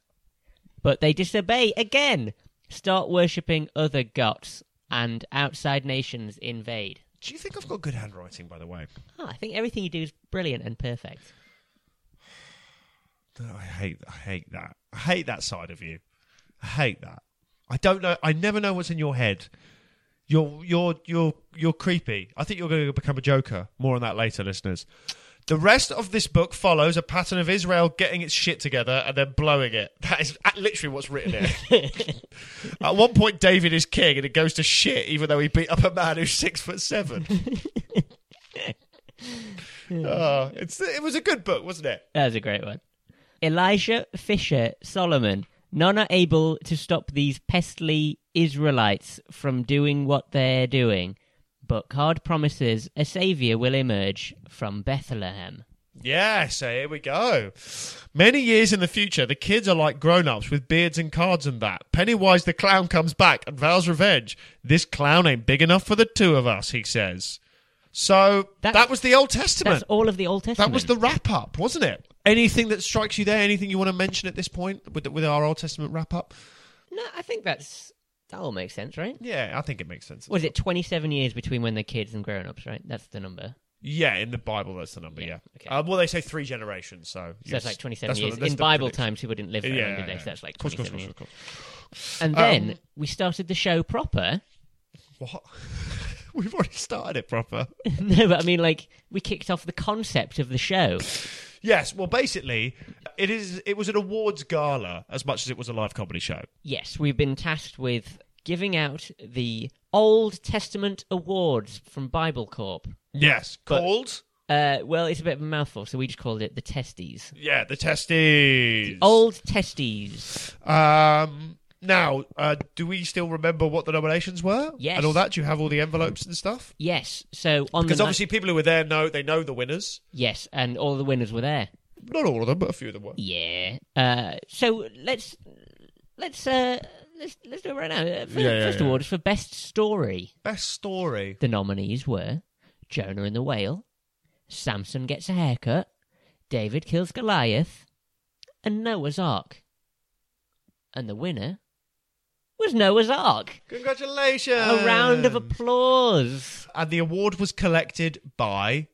[SPEAKER 2] But they disobey again, start worshipping other gods, and outside nations invade.
[SPEAKER 1] Do you think I've got good handwriting, by the way?
[SPEAKER 2] Oh, I think everything you do is brilliant and perfect.
[SPEAKER 1] No, I hate, I hate that. I hate that side of you. I hate that. I don't know. I never know what's in your head. You're, you're, you're, you're creepy. I think you're going to become a joker. More on that later, listeners. The rest of this book follows a pattern of Israel getting its shit together and then blowing it. That is a- literally what's written here. At one point, David is king and it goes to shit, even though he beat up a man who's six foot seven. Oh, it's, it was a good book, wasn't it?
[SPEAKER 2] That was a great one. Elijah, Fisher, Solomon. None are able to stop these pestly Israelites from doing what they're doing, but God promises a saviour will emerge from Bethlehem.
[SPEAKER 1] Yeah, so here we go. Many years in the future, the kids are like grown ups with beards and cards and that. Pennywise the clown comes back and vows revenge. This clown ain't big enough for the two of us, he says. So
[SPEAKER 2] That's-
[SPEAKER 1] that was the Old
[SPEAKER 2] That's
[SPEAKER 1] Testament.
[SPEAKER 2] all of the Old
[SPEAKER 1] That
[SPEAKER 2] Testament.
[SPEAKER 1] was the wrap up, wasn't it? Anything that strikes you there? Anything you want to mention at this point with, with our Old Testament wrap up?
[SPEAKER 2] No, I think that's that all makes sense, right?
[SPEAKER 1] Yeah, I think it makes sense.
[SPEAKER 2] Was it twenty-seven years between when they're kids and grown-ups? Right, that's the number.
[SPEAKER 1] Yeah, in the Bible, that's the number. Yeah.
[SPEAKER 2] okay.
[SPEAKER 1] Uh, well, they say three generations, so,
[SPEAKER 2] So that's like twenty-seven
[SPEAKER 1] That's what-
[SPEAKER 2] years.
[SPEAKER 1] that's
[SPEAKER 2] In
[SPEAKER 1] the
[SPEAKER 2] Bible
[SPEAKER 1] prediction.
[SPEAKER 2] times, people didn't live that long,
[SPEAKER 1] Yeah,
[SPEAKER 2] did they?
[SPEAKER 1] yeah.
[SPEAKER 2] So that's like
[SPEAKER 1] Of course, of
[SPEAKER 2] twenty-seven
[SPEAKER 1] course, of
[SPEAKER 2] years.
[SPEAKER 1] course, Um, of course.
[SPEAKER 2] And then we started the show proper.
[SPEAKER 1] What? <laughs> We've already started it proper. <laughs>
[SPEAKER 2] <laughs> no, but I mean, like we kicked off the concept of the show.
[SPEAKER 1] Yes, well basically it is it was an awards gala as much as it was a live comedy show.
[SPEAKER 2] Yes, we've been tasked with giving out the Old Testament awards from Bible Corp.
[SPEAKER 1] Yes.
[SPEAKER 2] But-
[SPEAKER 1] Called?
[SPEAKER 2] Uh, well, it's a bit of a mouthful, so we just called it the Testies.
[SPEAKER 1] Yeah, the testes.
[SPEAKER 2] Old Testies.
[SPEAKER 1] Um now, uh, do we still remember what the nominations were?
[SPEAKER 2] Yes.
[SPEAKER 1] And all that? Do you have all the envelopes and stuff?
[SPEAKER 2] Yes. So on the
[SPEAKER 1] Because
[SPEAKER 2] ni-
[SPEAKER 1] obviously people who were there know they know the winners.
[SPEAKER 2] yes, and all the winners were there.
[SPEAKER 1] Not all of them, but a few of them were.
[SPEAKER 2] Yeah. Uh, so let's let's uh, let's let's do it right now. Uh, fir-
[SPEAKER 1] Yeah, yeah,
[SPEAKER 2] first
[SPEAKER 1] yeah.
[SPEAKER 2] award is for best story.
[SPEAKER 1] Best story.
[SPEAKER 2] The nominees were Jonah and the Whale, Samson Gets a Haircut, David Kills Goliath, and Noah's Ark. And the winner was Noah's Ark.
[SPEAKER 1] Congratulations.
[SPEAKER 2] A round of applause.
[SPEAKER 1] And the award was collected by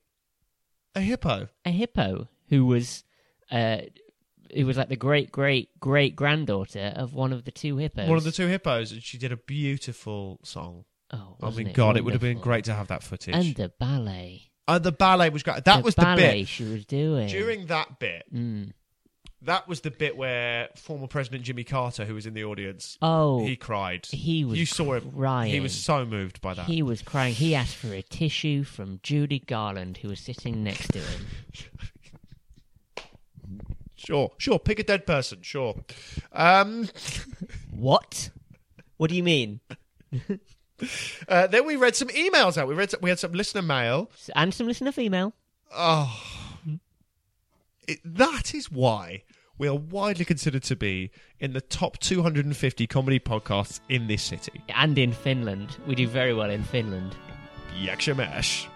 [SPEAKER 1] a hippo.
[SPEAKER 2] A hippo who was uh who was like the great great great granddaughter of one of the two hippos.
[SPEAKER 1] One of the two hippos, and she did a beautiful song.
[SPEAKER 2] oh,
[SPEAKER 1] I
[SPEAKER 2] wasn't
[SPEAKER 1] mean, God, it would have been
[SPEAKER 2] wonderful?
[SPEAKER 1] great to have that footage.
[SPEAKER 2] And the ballet.
[SPEAKER 1] Uh, the ballet was great. That
[SPEAKER 2] the
[SPEAKER 1] was the
[SPEAKER 2] ballet
[SPEAKER 1] bit
[SPEAKER 2] she was doing.
[SPEAKER 1] during that bit.
[SPEAKER 2] Mm.
[SPEAKER 1] That was the bit where former President Jimmy Carter, who was in the audience,
[SPEAKER 2] Oh,
[SPEAKER 1] he cried.
[SPEAKER 2] he was
[SPEAKER 1] you saw him. He
[SPEAKER 2] crying.
[SPEAKER 1] was so moved by that.
[SPEAKER 2] He was crying. He asked for a tissue from Judy Garland, who was sitting next to him.
[SPEAKER 1] Sure, sure. Pick a dead person. Sure. Um,
[SPEAKER 2] What? What do you mean?
[SPEAKER 1] uh, then we read some emails out. We read. Some, we had some listener mail.
[SPEAKER 2] S- And some listener female.
[SPEAKER 1] Oh, it, that is why we are widely considered to be in the top 250 comedy podcasts in this city.
[SPEAKER 2] And in Finland. We do very well in Finland.
[SPEAKER 1] Yakshamesh.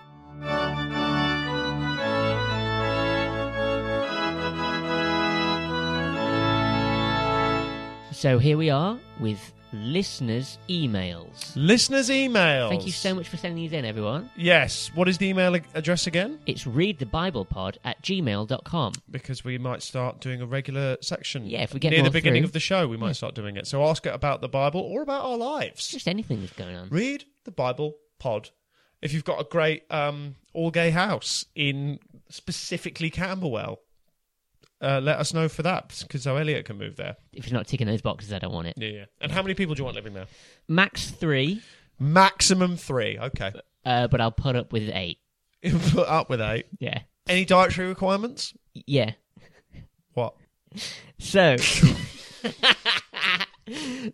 [SPEAKER 2] So here we are with listeners' emails.
[SPEAKER 1] Listeners' emails.
[SPEAKER 2] Thank you so much for sending these in, everyone.
[SPEAKER 1] Yes. What is the email ag- address again?
[SPEAKER 2] It's readthebiblepod at gmail.com.
[SPEAKER 1] Because we might start doing a regular section.
[SPEAKER 2] Yeah, if we get
[SPEAKER 1] near the
[SPEAKER 2] more
[SPEAKER 1] beginning
[SPEAKER 2] through.
[SPEAKER 1] of the show, we might start doing it. So ask it about the Bible or about our lives.
[SPEAKER 2] Just anything that's going on.
[SPEAKER 1] Read the Bible pod. If you've got a great um, all gay house in specifically Camberwell, uh, let us know for that because so Elliot can move there.
[SPEAKER 2] If it's not ticking those boxes, I don't want it.
[SPEAKER 1] Yeah, yeah. And how many people do you want living there?
[SPEAKER 2] Max three,
[SPEAKER 1] Maximum three. Okay. <laughs>
[SPEAKER 2] uh, but I'll put up with eight.
[SPEAKER 1] Put up with eight.
[SPEAKER 2] Yeah.
[SPEAKER 1] Any dietary requirements?
[SPEAKER 2] Yeah.
[SPEAKER 1] What?
[SPEAKER 2] So,
[SPEAKER 1] <laughs>
[SPEAKER 2] <laughs>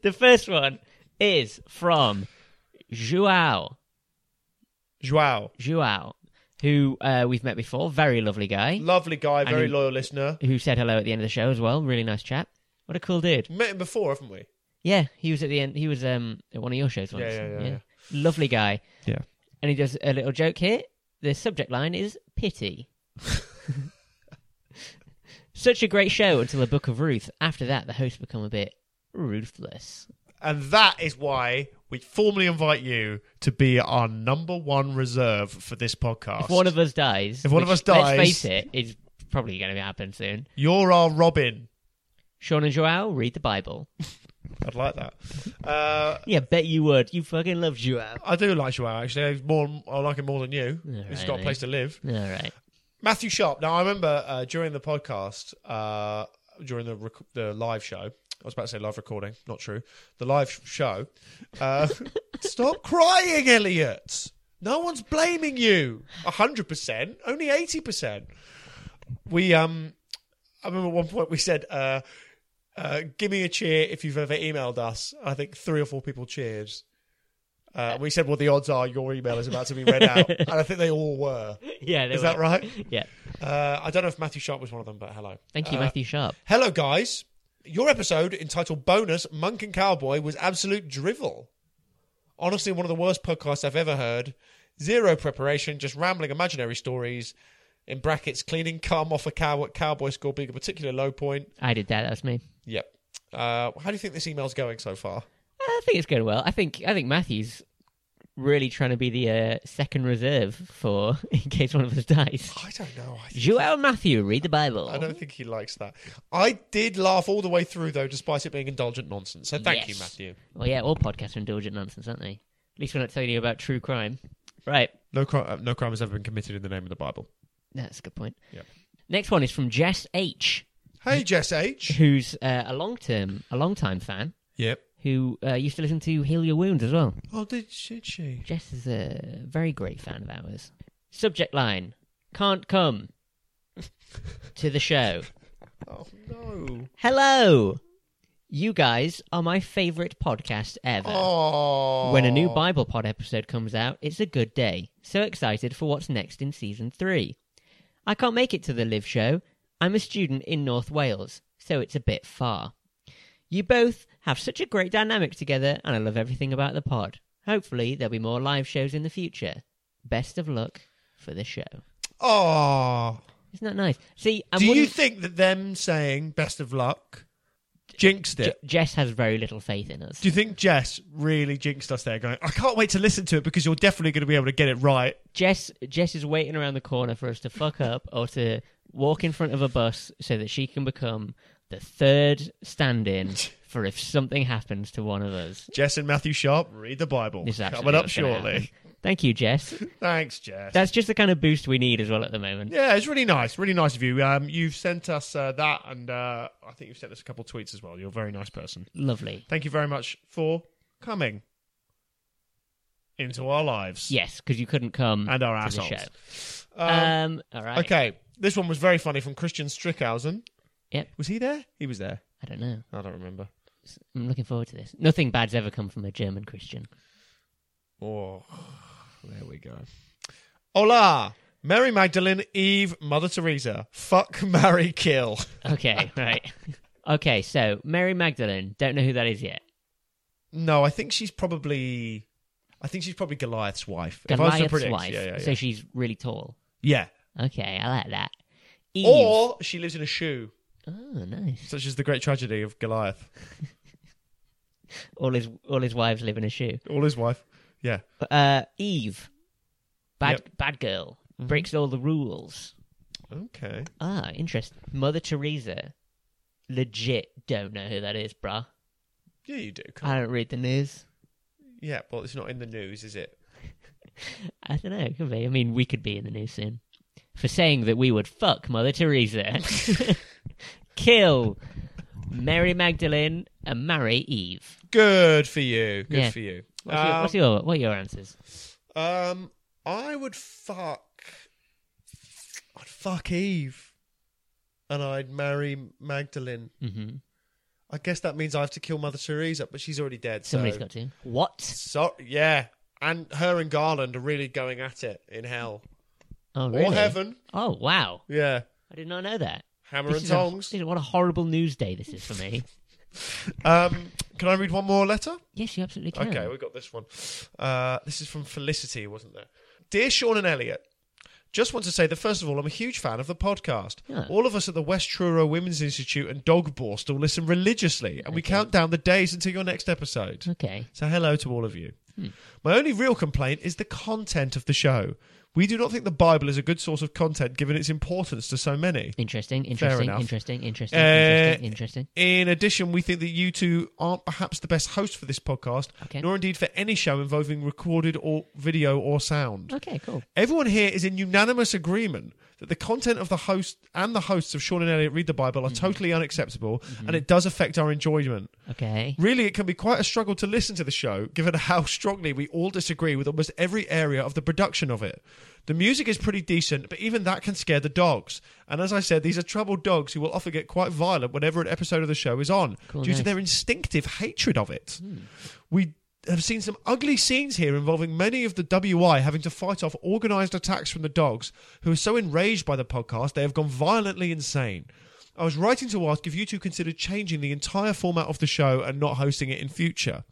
[SPEAKER 2] the first one is from Joao,
[SPEAKER 1] Joao.
[SPEAKER 2] Joao, who uh, we've met before. Very lovely guy.
[SPEAKER 1] Lovely guy, very
[SPEAKER 2] he-
[SPEAKER 1] loyal listener.
[SPEAKER 2] who said hello at the end of the show as well. Really nice chap. What a cool dude.
[SPEAKER 1] Met him before, haven't we?
[SPEAKER 2] Yeah, he was at the end. He was um at one of your shows once.
[SPEAKER 1] Yeah, yeah, yeah,
[SPEAKER 2] Lovely guy.
[SPEAKER 1] Yeah.
[SPEAKER 2] And he does a little joke here. The subject line is
[SPEAKER 1] <laughs>
[SPEAKER 2] pity. Such a great show until the Book of Ruth. After that, the hosts become a bit ruthless.
[SPEAKER 1] And that is why we formally invite you to be our number one reserve for this podcast.
[SPEAKER 2] If one of us dies,
[SPEAKER 1] If one of
[SPEAKER 2] which,
[SPEAKER 1] us dies-
[SPEAKER 2] let's face it, it's probably going to happen soon.
[SPEAKER 1] You're our Robin.
[SPEAKER 2] Sean and Joao read the Bible.
[SPEAKER 1] I'd like that. Uh,
[SPEAKER 2] <laughs> Yeah, bet you would. You fucking love Joao.
[SPEAKER 1] I do like Joao, actually. I, more, I like him more than you. He's got a
[SPEAKER 2] Alright.
[SPEAKER 1] place to live.
[SPEAKER 2] All right.
[SPEAKER 1] Matthew Sharp. Now, I remember uh, during the podcast, uh, during the rec- the live show, I was about to say live recording, not true. The live sh- show.
[SPEAKER 2] <laughs>
[SPEAKER 1] Uh, stop crying, Elliot. No one's blaming you. hundred percent, only eighty percent. We um, I remember at one point we said, uh, uh, "Give me a cheer if you've ever emailed us." I think three or four people cheered. Uh, and we said, "Well, the odds are your email is about to be read
[SPEAKER 2] <laughs>
[SPEAKER 1] out," and I think they all were.
[SPEAKER 2] <laughs> Yeah, they
[SPEAKER 1] Is that
[SPEAKER 2] were.
[SPEAKER 1] right?
[SPEAKER 2] Yeah.
[SPEAKER 1] Uh, I don't know if Matthew Sharp was one of them, but hello.
[SPEAKER 2] Thank you,
[SPEAKER 1] Uh,
[SPEAKER 2] Matthew Sharp.
[SPEAKER 1] Hello, guys. Your episode entitled Bonus Monk and Cowboy was absolute drivel. Honestly, one of the worst podcasts I've ever heard. Zero preparation, just rambling imaginary stories. In brackets, cleaning cum off a cow at Cowboy School being a particular low point.
[SPEAKER 2] I did that. That was me.
[SPEAKER 1] Yep. Uh, how do you think this email's going so far?
[SPEAKER 2] I think it's going well. I think I think Matthew's really trying to be the uh, second reserve for <laughs> in case one of us <laughs> dies.
[SPEAKER 1] I don't know. I,
[SPEAKER 2] Joel Matthew, read the Bible.
[SPEAKER 1] I don't think he likes that. I did laugh all the way through, though, despite it being indulgent nonsense. So thank you,
[SPEAKER 2] Yes.
[SPEAKER 1] Matthew.
[SPEAKER 2] Well, yeah, all podcasts are indulgent nonsense, aren't they? At least we're not telling you about true crime. Right,
[SPEAKER 1] No, cri- uh, no crime has ever been committed in the name of the Bible.
[SPEAKER 2] that's a good point.
[SPEAKER 1] Yep.
[SPEAKER 2] Next one is from Jess H,
[SPEAKER 1] Hey, Jess H.
[SPEAKER 2] who's uh, a long term, a long time fan
[SPEAKER 1] Yep.
[SPEAKER 2] who uh, used to listen to Heal Your Wounds as well.
[SPEAKER 1] Oh, did she? did she?
[SPEAKER 2] Jess is a very great fan of ours. Subject line: Can't come to the show.
[SPEAKER 1] Oh no!
[SPEAKER 2] Hello! You guys are my favourite podcast ever.
[SPEAKER 1] Oh,
[SPEAKER 2] When a new Bible Pod episode comes out, it's a good day. So excited for what's next in season three. I can't make it to the live show. I'm a student in North Wales, so it's a bit far. You both have such a great dynamic together, and I love everything about the pod. Hopefully, there'll be more live shows in the future. Best of luck for the show.
[SPEAKER 1] Oh,
[SPEAKER 2] Isn't that nice? See, I
[SPEAKER 1] do you
[SPEAKER 2] wouldn't-
[SPEAKER 1] think that them saying "best of luck" jinxed it?
[SPEAKER 2] J- Jess has very little faith in us.
[SPEAKER 1] do you think Jess really jinxed us there? Going, I can't wait to listen to it because you're definitely going to be able to get it right.
[SPEAKER 2] Jess Jess is waiting around the corner for us to fuck up or to walk in front of a bus so that she can become the third
[SPEAKER 1] <laughs>
[SPEAKER 2] stand-in for if something happens to one of us.
[SPEAKER 1] Jess and Matthew Sharp read the Bible.
[SPEAKER 2] This is actually
[SPEAKER 1] Coming up
[SPEAKER 2] what's gonna
[SPEAKER 1] shortly.
[SPEAKER 2] happen. Thank you, Jess.
[SPEAKER 1] Thanks, Jess.
[SPEAKER 2] That's just the kind of boost we need as well at the moment.
[SPEAKER 1] yeah, it's really nice. Really nice of you. Um, you've sent us uh, that, and uh, I think you've sent us a couple of tweets as well. You're a very nice person.
[SPEAKER 2] Lovely.
[SPEAKER 1] Thank you very much for coming into our lives.
[SPEAKER 2] Yes, because you couldn't come
[SPEAKER 1] And our
[SPEAKER 2] to the
[SPEAKER 1] assholes.
[SPEAKER 2] show.
[SPEAKER 1] Um,
[SPEAKER 2] Um, all right.
[SPEAKER 1] okay, this one was very funny from Christian Strickhausen.
[SPEAKER 2] Yep.
[SPEAKER 1] Was he there? He was there.
[SPEAKER 2] I don't know.
[SPEAKER 1] I don't remember.
[SPEAKER 2] I'm looking forward to this. Nothing bad's ever come from a German Christian.
[SPEAKER 1] Oh, there we go. Hola, Mary Magdalene, Eve, Mother Teresa. Fuck, <laughs> marry, kill. <laughs>
[SPEAKER 2] Okay, right. Okay, so Mary Magdalene. Don't know who that is yet.
[SPEAKER 1] No, I think she's probably. I think she's probably Goliath's wife. If I was to
[SPEAKER 2] Goliath's
[SPEAKER 1] predict,
[SPEAKER 2] wife.
[SPEAKER 1] Yeah, yeah, yeah.
[SPEAKER 2] So she's really tall.
[SPEAKER 1] yeah.
[SPEAKER 2] Okay, I like that. Eve.
[SPEAKER 1] Or she lives in a shoe,
[SPEAKER 2] oh, nice.
[SPEAKER 1] such as the great tragedy of Goliath.
[SPEAKER 2] all his all his wives live in a shoe.
[SPEAKER 1] All his wife. Yeah.
[SPEAKER 2] Uh, Eve, bad
[SPEAKER 1] Yep.
[SPEAKER 2] bad girl, breaks all the rules.
[SPEAKER 1] Okay.
[SPEAKER 2] Ah, interesting. Mother Teresa, legit don't know who that is, bruh.
[SPEAKER 1] Yeah, you do.
[SPEAKER 2] I don't read the news.
[SPEAKER 1] Yeah, well, it's not in the news, is it?
[SPEAKER 2] I don't know. It could be. I mean, we could be in the news soon for saying that we would fuck Mother <laughs> Teresa, kill Mary Magdalene, and marry Eve.
[SPEAKER 1] Good for you. Good
[SPEAKER 2] Yeah.
[SPEAKER 1] for you.
[SPEAKER 2] What's, your, what's your what are your answers?
[SPEAKER 1] Um, I would fuck. I'd fuck Eve, and I'd marry Magdalene.
[SPEAKER 2] Mm-hmm.
[SPEAKER 1] I guess that means I have to kill Mother Teresa, but she's already dead.
[SPEAKER 2] Somebody's
[SPEAKER 1] so.
[SPEAKER 2] got to. What?
[SPEAKER 1] So yeah, and her and Garland are really going at it in hell
[SPEAKER 2] Oh, really?
[SPEAKER 1] or heaven.
[SPEAKER 2] Oh, wow.
[SPEAKER 1] Yeah,
[SPEAKER 2] I did not know that.
[SPEAKER 1] hammer
[SPEAKER 2] This
[SPEAKER 1] and
[SPEAKER 2] is a-
[SPEAKER 1] tongs.
[SPEAKER 2] this is- what a horrible news day this is for me. <laughs>
[SPEAKER 1] Um, can I read one more letter?
[SPEAKER 2] yes, you absolutely can.
[SPEAKER 1] Okay, we got this one. Uh, this is from Felicity, wasn't there? Dear Sean and Elliot, just want to say that first of all, I'm a huge fan of the podcast.
[SPEAKER 2] Yeah.
[SPEAKER 1] All of us at the West Truro Women's Institute and Dog Borstal listen religiously, and we count down the days until your next episode.
[SPEAKER 2] okay. Hmm.
[SPEAKER 1] So, hello to all of you. My only real complaint is the content of the show. We do not think the Bible is a good source of content given its importance to so many.
[SPEAKER 2] Interesting, interesting,
[SPEAKER 1] enough.
[SPEAKER 2] interesting, interesting,
[SPEAKER 1] Uh,
[SPEAKER 2] interesting, interesting.
[SPEAKER 1] In addition, we think that you two aren't perhaps the best host for this podcast,
[SPEAKER 2] Okay.
[SPEAKER 1] nor indeed for any show involving recorded or video or sound.
[SPEAKER 2] Okay, cool.
[SPEAKER 1] Everyone here is in unanimous agreement that the content of the host and the hosts of Sean and Elliot Read the Bible are totally unacceptable, and it does affect our enjoyment.
[SPEAKER 2] Okay.
[SPEAKER 1] Really, it can be quite a struggle to listen to the show, given <laughs> how strongly we all disagree with almost every area of the production of it. The music is pretty decent, but even that can scare the dogs. And as I said, these are troubled dogs who will often get quite violent whenever an episode of the show is on,
[SPEAKER 2] Cool,
[SPEAKER 1] due to
[SPEAKER 2] nice. Hmm.
[SPEAKER 1] their instinctive hatred of it. We have seen some ugly scenes here involving many of the WI having to fight off organised attacks from the dogs, who are so enraged by the podcast they have gone violently insane. I was writing to ask if you two considered changing the entire format of the show and not hosting it in future.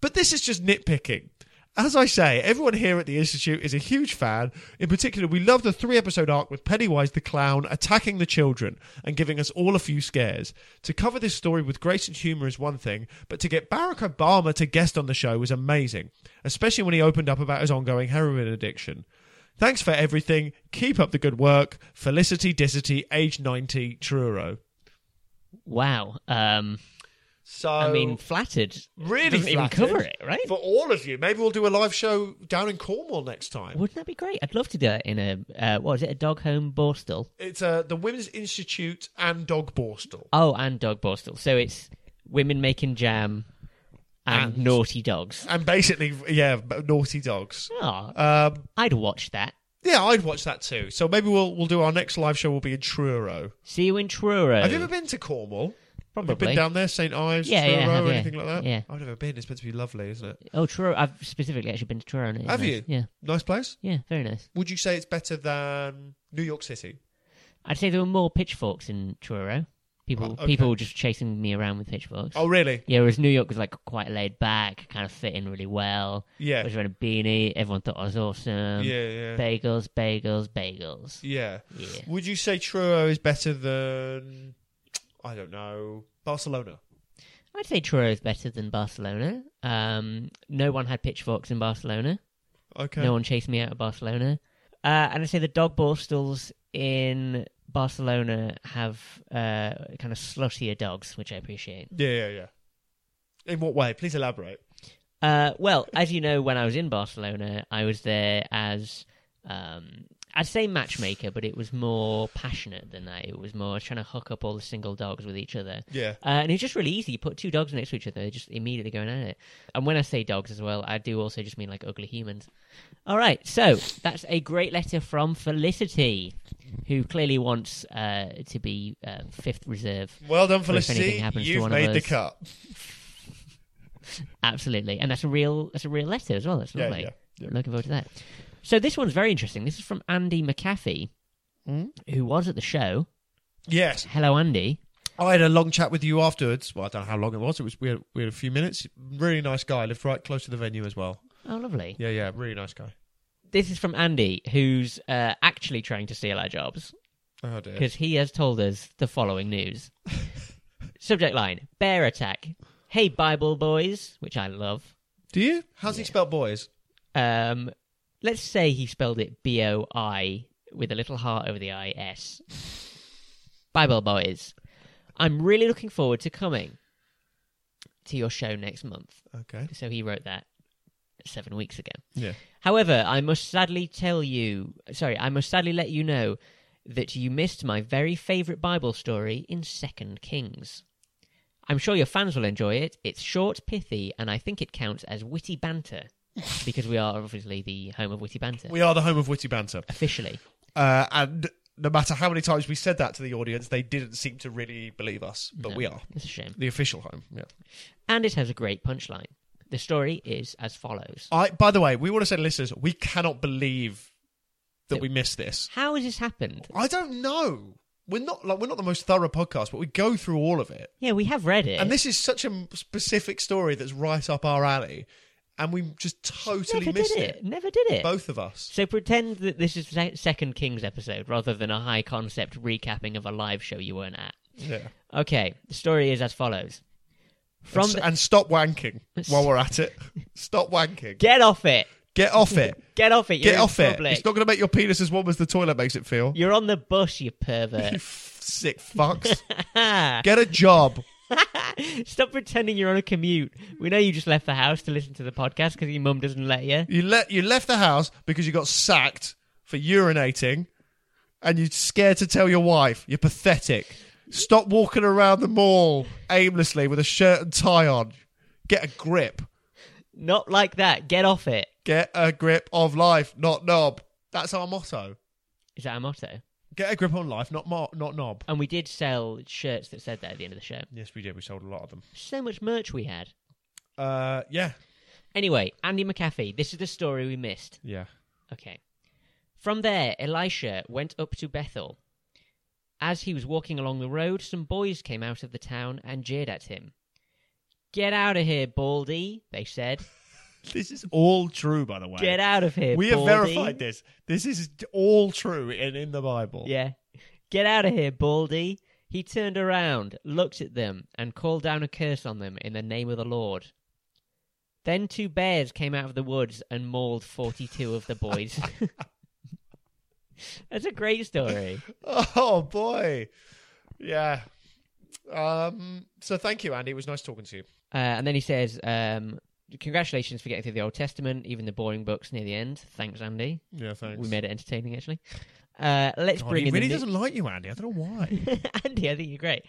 [SPEAKER 1] But this is just nitpicking. As I say, everyone here at the Institute is a huge fan. In particular, we love the three episode arc with Pennywise the Clown attacking the children and giving us all a few scares. To cover this story with grace and humour is one thing, but to get Barack Obama to guest on the show was amazing, especially when he opened up about his ongoing heroin addiction. Thanks for everything. Keep up the good work. Felicity Dissity, age 90, Truro.
[SPEAKER 2] Wow. Um,
[SPEAKER 1] So,
[SPEAKER 2] I mean, flattered.
[SPEAKER 1] really
[SPEAKER 2] doesn't even
[SPEAKER 1] flattered.
[SPEAKER 2] cover it, right?
[SPEAKER 1] for all of you. Maybe we'll do a live show down in Cornwall next time.
[SPEAKER 2] Wouldn't that be great? I'd love to do that in a uh, what is it? A dog home borstal.
[SPEAKER 1] It's uh, the Women's Institute and Dog Borstal.
[SPEAKER 2] Oh, and dog borstal. So it's women making jam and,
[SPEAKER 1] And-
[SPEAKER 2] naughty dogs.
[SPEAKER 1] And basically, yeah, b- naughty dogs.
[SPEAKER 2] Oh,
[SPEAKER 1] Um,
[SPEAKER 2] I'd watch that.
[SPEAKER 1] yeah, I'd watch that too. So maybe we'll we'll do our next live show. Will be in Truro.
[SPEAKER 2] See you in Truro.
[SPEAKER 1] Have you ever been to Cornwall? Have you
[SPEAKER 2] Probably.
[SPEAKER 1] been down there, St Ives,
[SPEAKER 2] Yeah,
[SPEAKER 1] Truro,
[SPEAKER 2] yeah, I have,
[SPEAKER 1] or
[SPEAKER 2] yeah.
[SPEAKER 1] anything like that?
[SPEAKER 2] Yeah.
[SPEAKER 1] I've never been. It's meant to be lovely, isn't it?
[SPEAKER 2] Oh, Truro. I've specifically actually been to Truro. and it is
[SPEAKER 1] Have
[SPEAKER 2] nice.
[SPEAKER 1] you?
[SPEAKER 2] Yeah,
[SPEAKER 1] Nice place.
[SPEAKER 2] yeah, very nice.
[SPEAKER 1] Would you say it's better than New York City?
[SPEAKER 2] I'd say there were more pitchforks in Truro. People,
[SPEAKER 1] Oh, okay.
[SPEAKER 2] people were just chasing me around with pitchforks.
[SPEAKER 1] Oh, really?
[SPEAKER 2] Yeah, whereas New York was like quite laid back, kind of fit in really well. I
[SPEAKER 1] Yeah,
[SPEAKER 2] was wearing a beanie. Everyone thought I was awesome.
[SPEAKER 1] yeah, yeah,
[SPEAKER 2] Bagels, bagels, bagels.
[SPEAKER 1] yeah.
[SPEAKER 2] Yeah.
[SPEAKER 1] Would you say Truro is better than I don't know Barcelona?
[SPEAKER 2] I'd say Truro is better than Barcelona. Um, no one had pitchforks in Barcelona.
[SPEAKER 1] Okay.
[SPEAKER 2] No one chased me out of Barcelona. Uh, and I'd say the dog borstals in Barcelona have uh, kind of sluttier dogs, which I appreciate.
[SPEAKER 1] Yeah, yeah, yeah. In what way? Please elaborate.
[SPEAKER 2] Uh, well, as you know, when I was in Barcelona, I was there as um, I'd say matchmaker, but it was more passionate than that. It was more trying to hook up all the single dogs with each other.
[SPEAKER 1] Yeah.
[SPEAKER 2] Uh, and it's just really easy. You put two dogs next to each other, they're just immediately going at it. And when I say dogs as well, I do also just mean like ugly humans. All right, so that's a great letter from Felicity, who clearly wants uh, to be uh, fifth reserve.
[SPEAKER 1] Well done,
[SPEAKER 2] Or if anything
[SPEAKER 1] Felicity.
[SPEAKER 2] happens to
[SPEAKER 1] You've
[SPEAKER 2] one of
[SPEAKER 1] made the
[SPEAKER 2] us.
[SPEAKER 1] cut.
[SPEAKER 2] Absolutely, and that's a real that's a real letter as well. That's
[SPEAKER 1] Yeah,
[SPEAKER 2] lovely.
[SPEAKER 1] yeah, yeah.
[SPEAKER 2] Looking forward to that. So this one's very interesting. This is from Andy McAfee,
[SPEAKER 1] Hmm?
[SPEAKER 2] who was at the show.
[SPEAKER 1] Yes.
[SPEAKER 2] Hello, Andy.
[SPEAKER 1] I had a long chat with you afterwards. Well, I don't know how long it was. It was we had, we had a few minutes. Really nice guy. Lived right close to the venue as well.
[SPEAKER 2] Oh, lovely.
[SPEAKER 1] Yeah, yeah. Really nice guy.
[SPEAKER 2] This is from Andy, who's uh, actually trying to steal our jobs.
[SPEAKER 1] Oh dear.
[SPEAKER 2] because he has told us the following news. Subject line Bear attack. Hey Bible Boys, which I love.
[SPEAKER 1] Do you? How's he spelled boys?
[SPEAKER 2] Um, let's say he spelled it B O I with a little heart over the I S. Bible Boys. I'm really looking forward to coming to your show next month.
[SPEAKER 1] Okay.
[SPEAKER 2] So he wrote that seven weeks ago.
[SPEAKER 1] Yeah.
[SPEAKER 2] However, I must sadly tell you, sorry, I must sadly let you know that you missed my very favourite Bible story in Second Kings. I'm sure your fans will enjoy it. It's short, pithy, and I think it counts as
[SPEAKER 1] <laughs>
[SPEAKER 2] witty banter because we are obviously the home of witty banter
[SPEAKER 1] We are the home of witty banter.
[SPEAKER 2] officially.
[SPEAKER 1] Uh, and no matter how many times we said that to the audience, they didn't seem to really believe us. But
[SPEAKER 2] No.
[SPEAKER 1] we are
[SPEAKER 2] It's a shame.
[SPEAKER 1] the official home. Yeah.
[SPEAKER 2] And it has a great punchline. The story is as follows.
[SPEAKER 1] I. By the way, we want to say, to listeners, we cannot believe that
[SPEAKER 2] Yeah.
[SPEAKER 1] we missed this.
[SPEAKER 2] How has this happened?
[SPEAKER 1] I don't know. We're not like we're not the most thorough podcast, but we go through all of it.
[SPEAKER 2] Yeah, we have read it.
[SPEAKER 1] And this is such a specific story that's right up our alley, and we just totally
[SPEAKER 2] never
[SPEAKER 1] missed
[SPEAKER 2] did
[SPEAKER 1] it.
[SPEAKER 2] it. Never did it.
[SPEAKER 1] Both of us.
[SPEAKER 2] So pretend that this is the second Kings episode rather than a high concept recapping of a live show you weren't at.
[SPEAKER 1] Yeah.
[SPEAKER 2] Okay, the story is as follows. From
[SPEAKER 1] and, s-
[SPEAKER 2] the-
[SPEAKER 1] and stop wanking while we're at it. <laughs> Stop wanking. Get,
[SPEAKER 2] get off it.
[SPEAKER 1] off
[SPEAKER 2] <laughs>
[SPEAKER 1] it.
[SPEAKER 2] Get off it. You're
[SPEAKER 1] Get
[SPEAKER 2] in
[SPEAKER 1] off
[SPEAKER 2] public.
[SPEAKER 1] it. It's not going to make your penis as warm as the toilet makes it feel.
[SPEAKER 2] You're on the bus, you
[SPEAKER 1] You <laughs>
[SPEAKER 2] pervert.
[SPEAKER 1] f- sick fucks.
[SPEAKER 2] <laughs>
[SPEAKER 1] Get a job.
[SPEAKER 2] Stop pretending you're on a commute. We know you just left the house to listen to the podcast because your mum doesn't let you.
[SPEAKER 1] You let you left the house because you got sacked for urinating, and you're scared to tell your wife. You're pathetic. Stop walking around the mall aimlessly with a shirt and tie on. Get a grip.
[SPEAKER 2] Not like that. Get off it.
[SPEAKER 1] Get a grip of life, not knob. That's our motto.
[SPEAKER 2] Is that our motto?
[SPEAKER 1] Get a grip on life, not mo- not knob.
[SPEAKER 2] And we did sell shirts that said that at the end of the show.
[SPEAKER 1] Yes, we did. We sold a lot of them.
[SPEAKER 2] So much merch we had.
[SPEAKER 1] Uh, yeah,
[SPEAKER 2] Anyway, Andy McAfee, this is the story we missed.
[SPEAKER 1] yeah.
[SPEAKER 2] Okay. From there, Elisha went up to Bethel. As he was walking along the road, some boys came out of the town and jeered at him. Get out of here, Baldy, they said.
[SPEAKER 1] This is all true, by the way.
[SPEAKER 2] Get out of here,
[SPEAKER 1] we have
[SPEAKER 2] Baldy.
[SPEAKER 1] verified this. This is all true and in the Bible.
[SPEAKER 2] Yeah. Get out of here, Baldy. He turned around, looked at them, and called down a curse on them in the name of the Lord. Then two bears came out of the woods and mauled 42 of the boys.
[SPEAKER 1] <laughs>
[SPEAKER 2] <laughs> That's a great story.
[SPEAKER 1] <laughs> Oh boy. Yeah. Um so thank you, Andy. It was nice talking to you.
[SPEAKER 2] Uh, and then he says, um, "Congratulations for getting through the Old Testament, even the boring books near the end. Thanks, Andy.
[SPEAKER 1] Yeah, thanks.
[SPEAKER 2] We made it entertaining, actually. Uh, let's bring
[SPEAKER 1] he
[SPEAKER 2] in
[SPEAKER 1] really
[SPEAKER 2] <laughs> the
[SPEAKER 1] doesn't like you, Andy. I don't know
[SPEAKER 2] <laughs>
[SPEAKER 1] why.
[SPEAKER 2] new- Andy. I think you're great.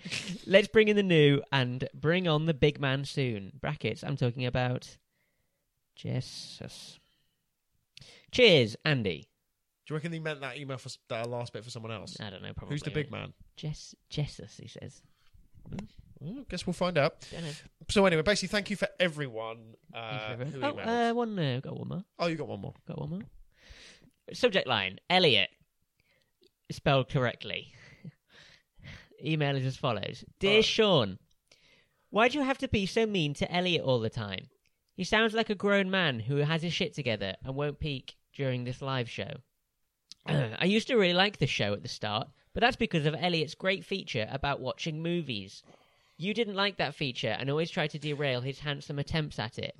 [SPEAKER 2] let's bring in the new and bring on the big man soon. Brackets. I'm talking about Jesus. Cheers, Andy.
[SPEAKER 1] Do you reckon he meant that email for s- that last bit for someone else?
[SPEAKER 2] I don't know. Probably uh,
[SPEAKER 1] Who's the big man?
[SPEAKER 2] Jess? Jesus. He says.
[SPEAKER 1] Well, guess we'll find out.
[SPEAKER 2] Don't know.
[SPEAKER 1] So anyway, basically, thank you for everyone uh,
[SPEAKER 2] Thank you,
[SPEAKER 1] who emailed.
[SPEAKER 2] everyone. oh, uh, one. Uh, got one more.
[SPEAKER 1] oh, you got one more.
[SPEAKER 2] Got one more. Subject line Elliot. Spelled correctly. Email is as follows Dear
[SPEAKER 1] Alright.
[SPEAKER 2] Sean, why do you have to be so mean to Elliot all the time? He sounds like a grown man who has his shit together and won't peak during this live show. <clears throat> I used to really like the show at the start, but that's because of Elliot's great feature about watching movies. You didn't like that feature and always tried to derail his handsome attempts at it.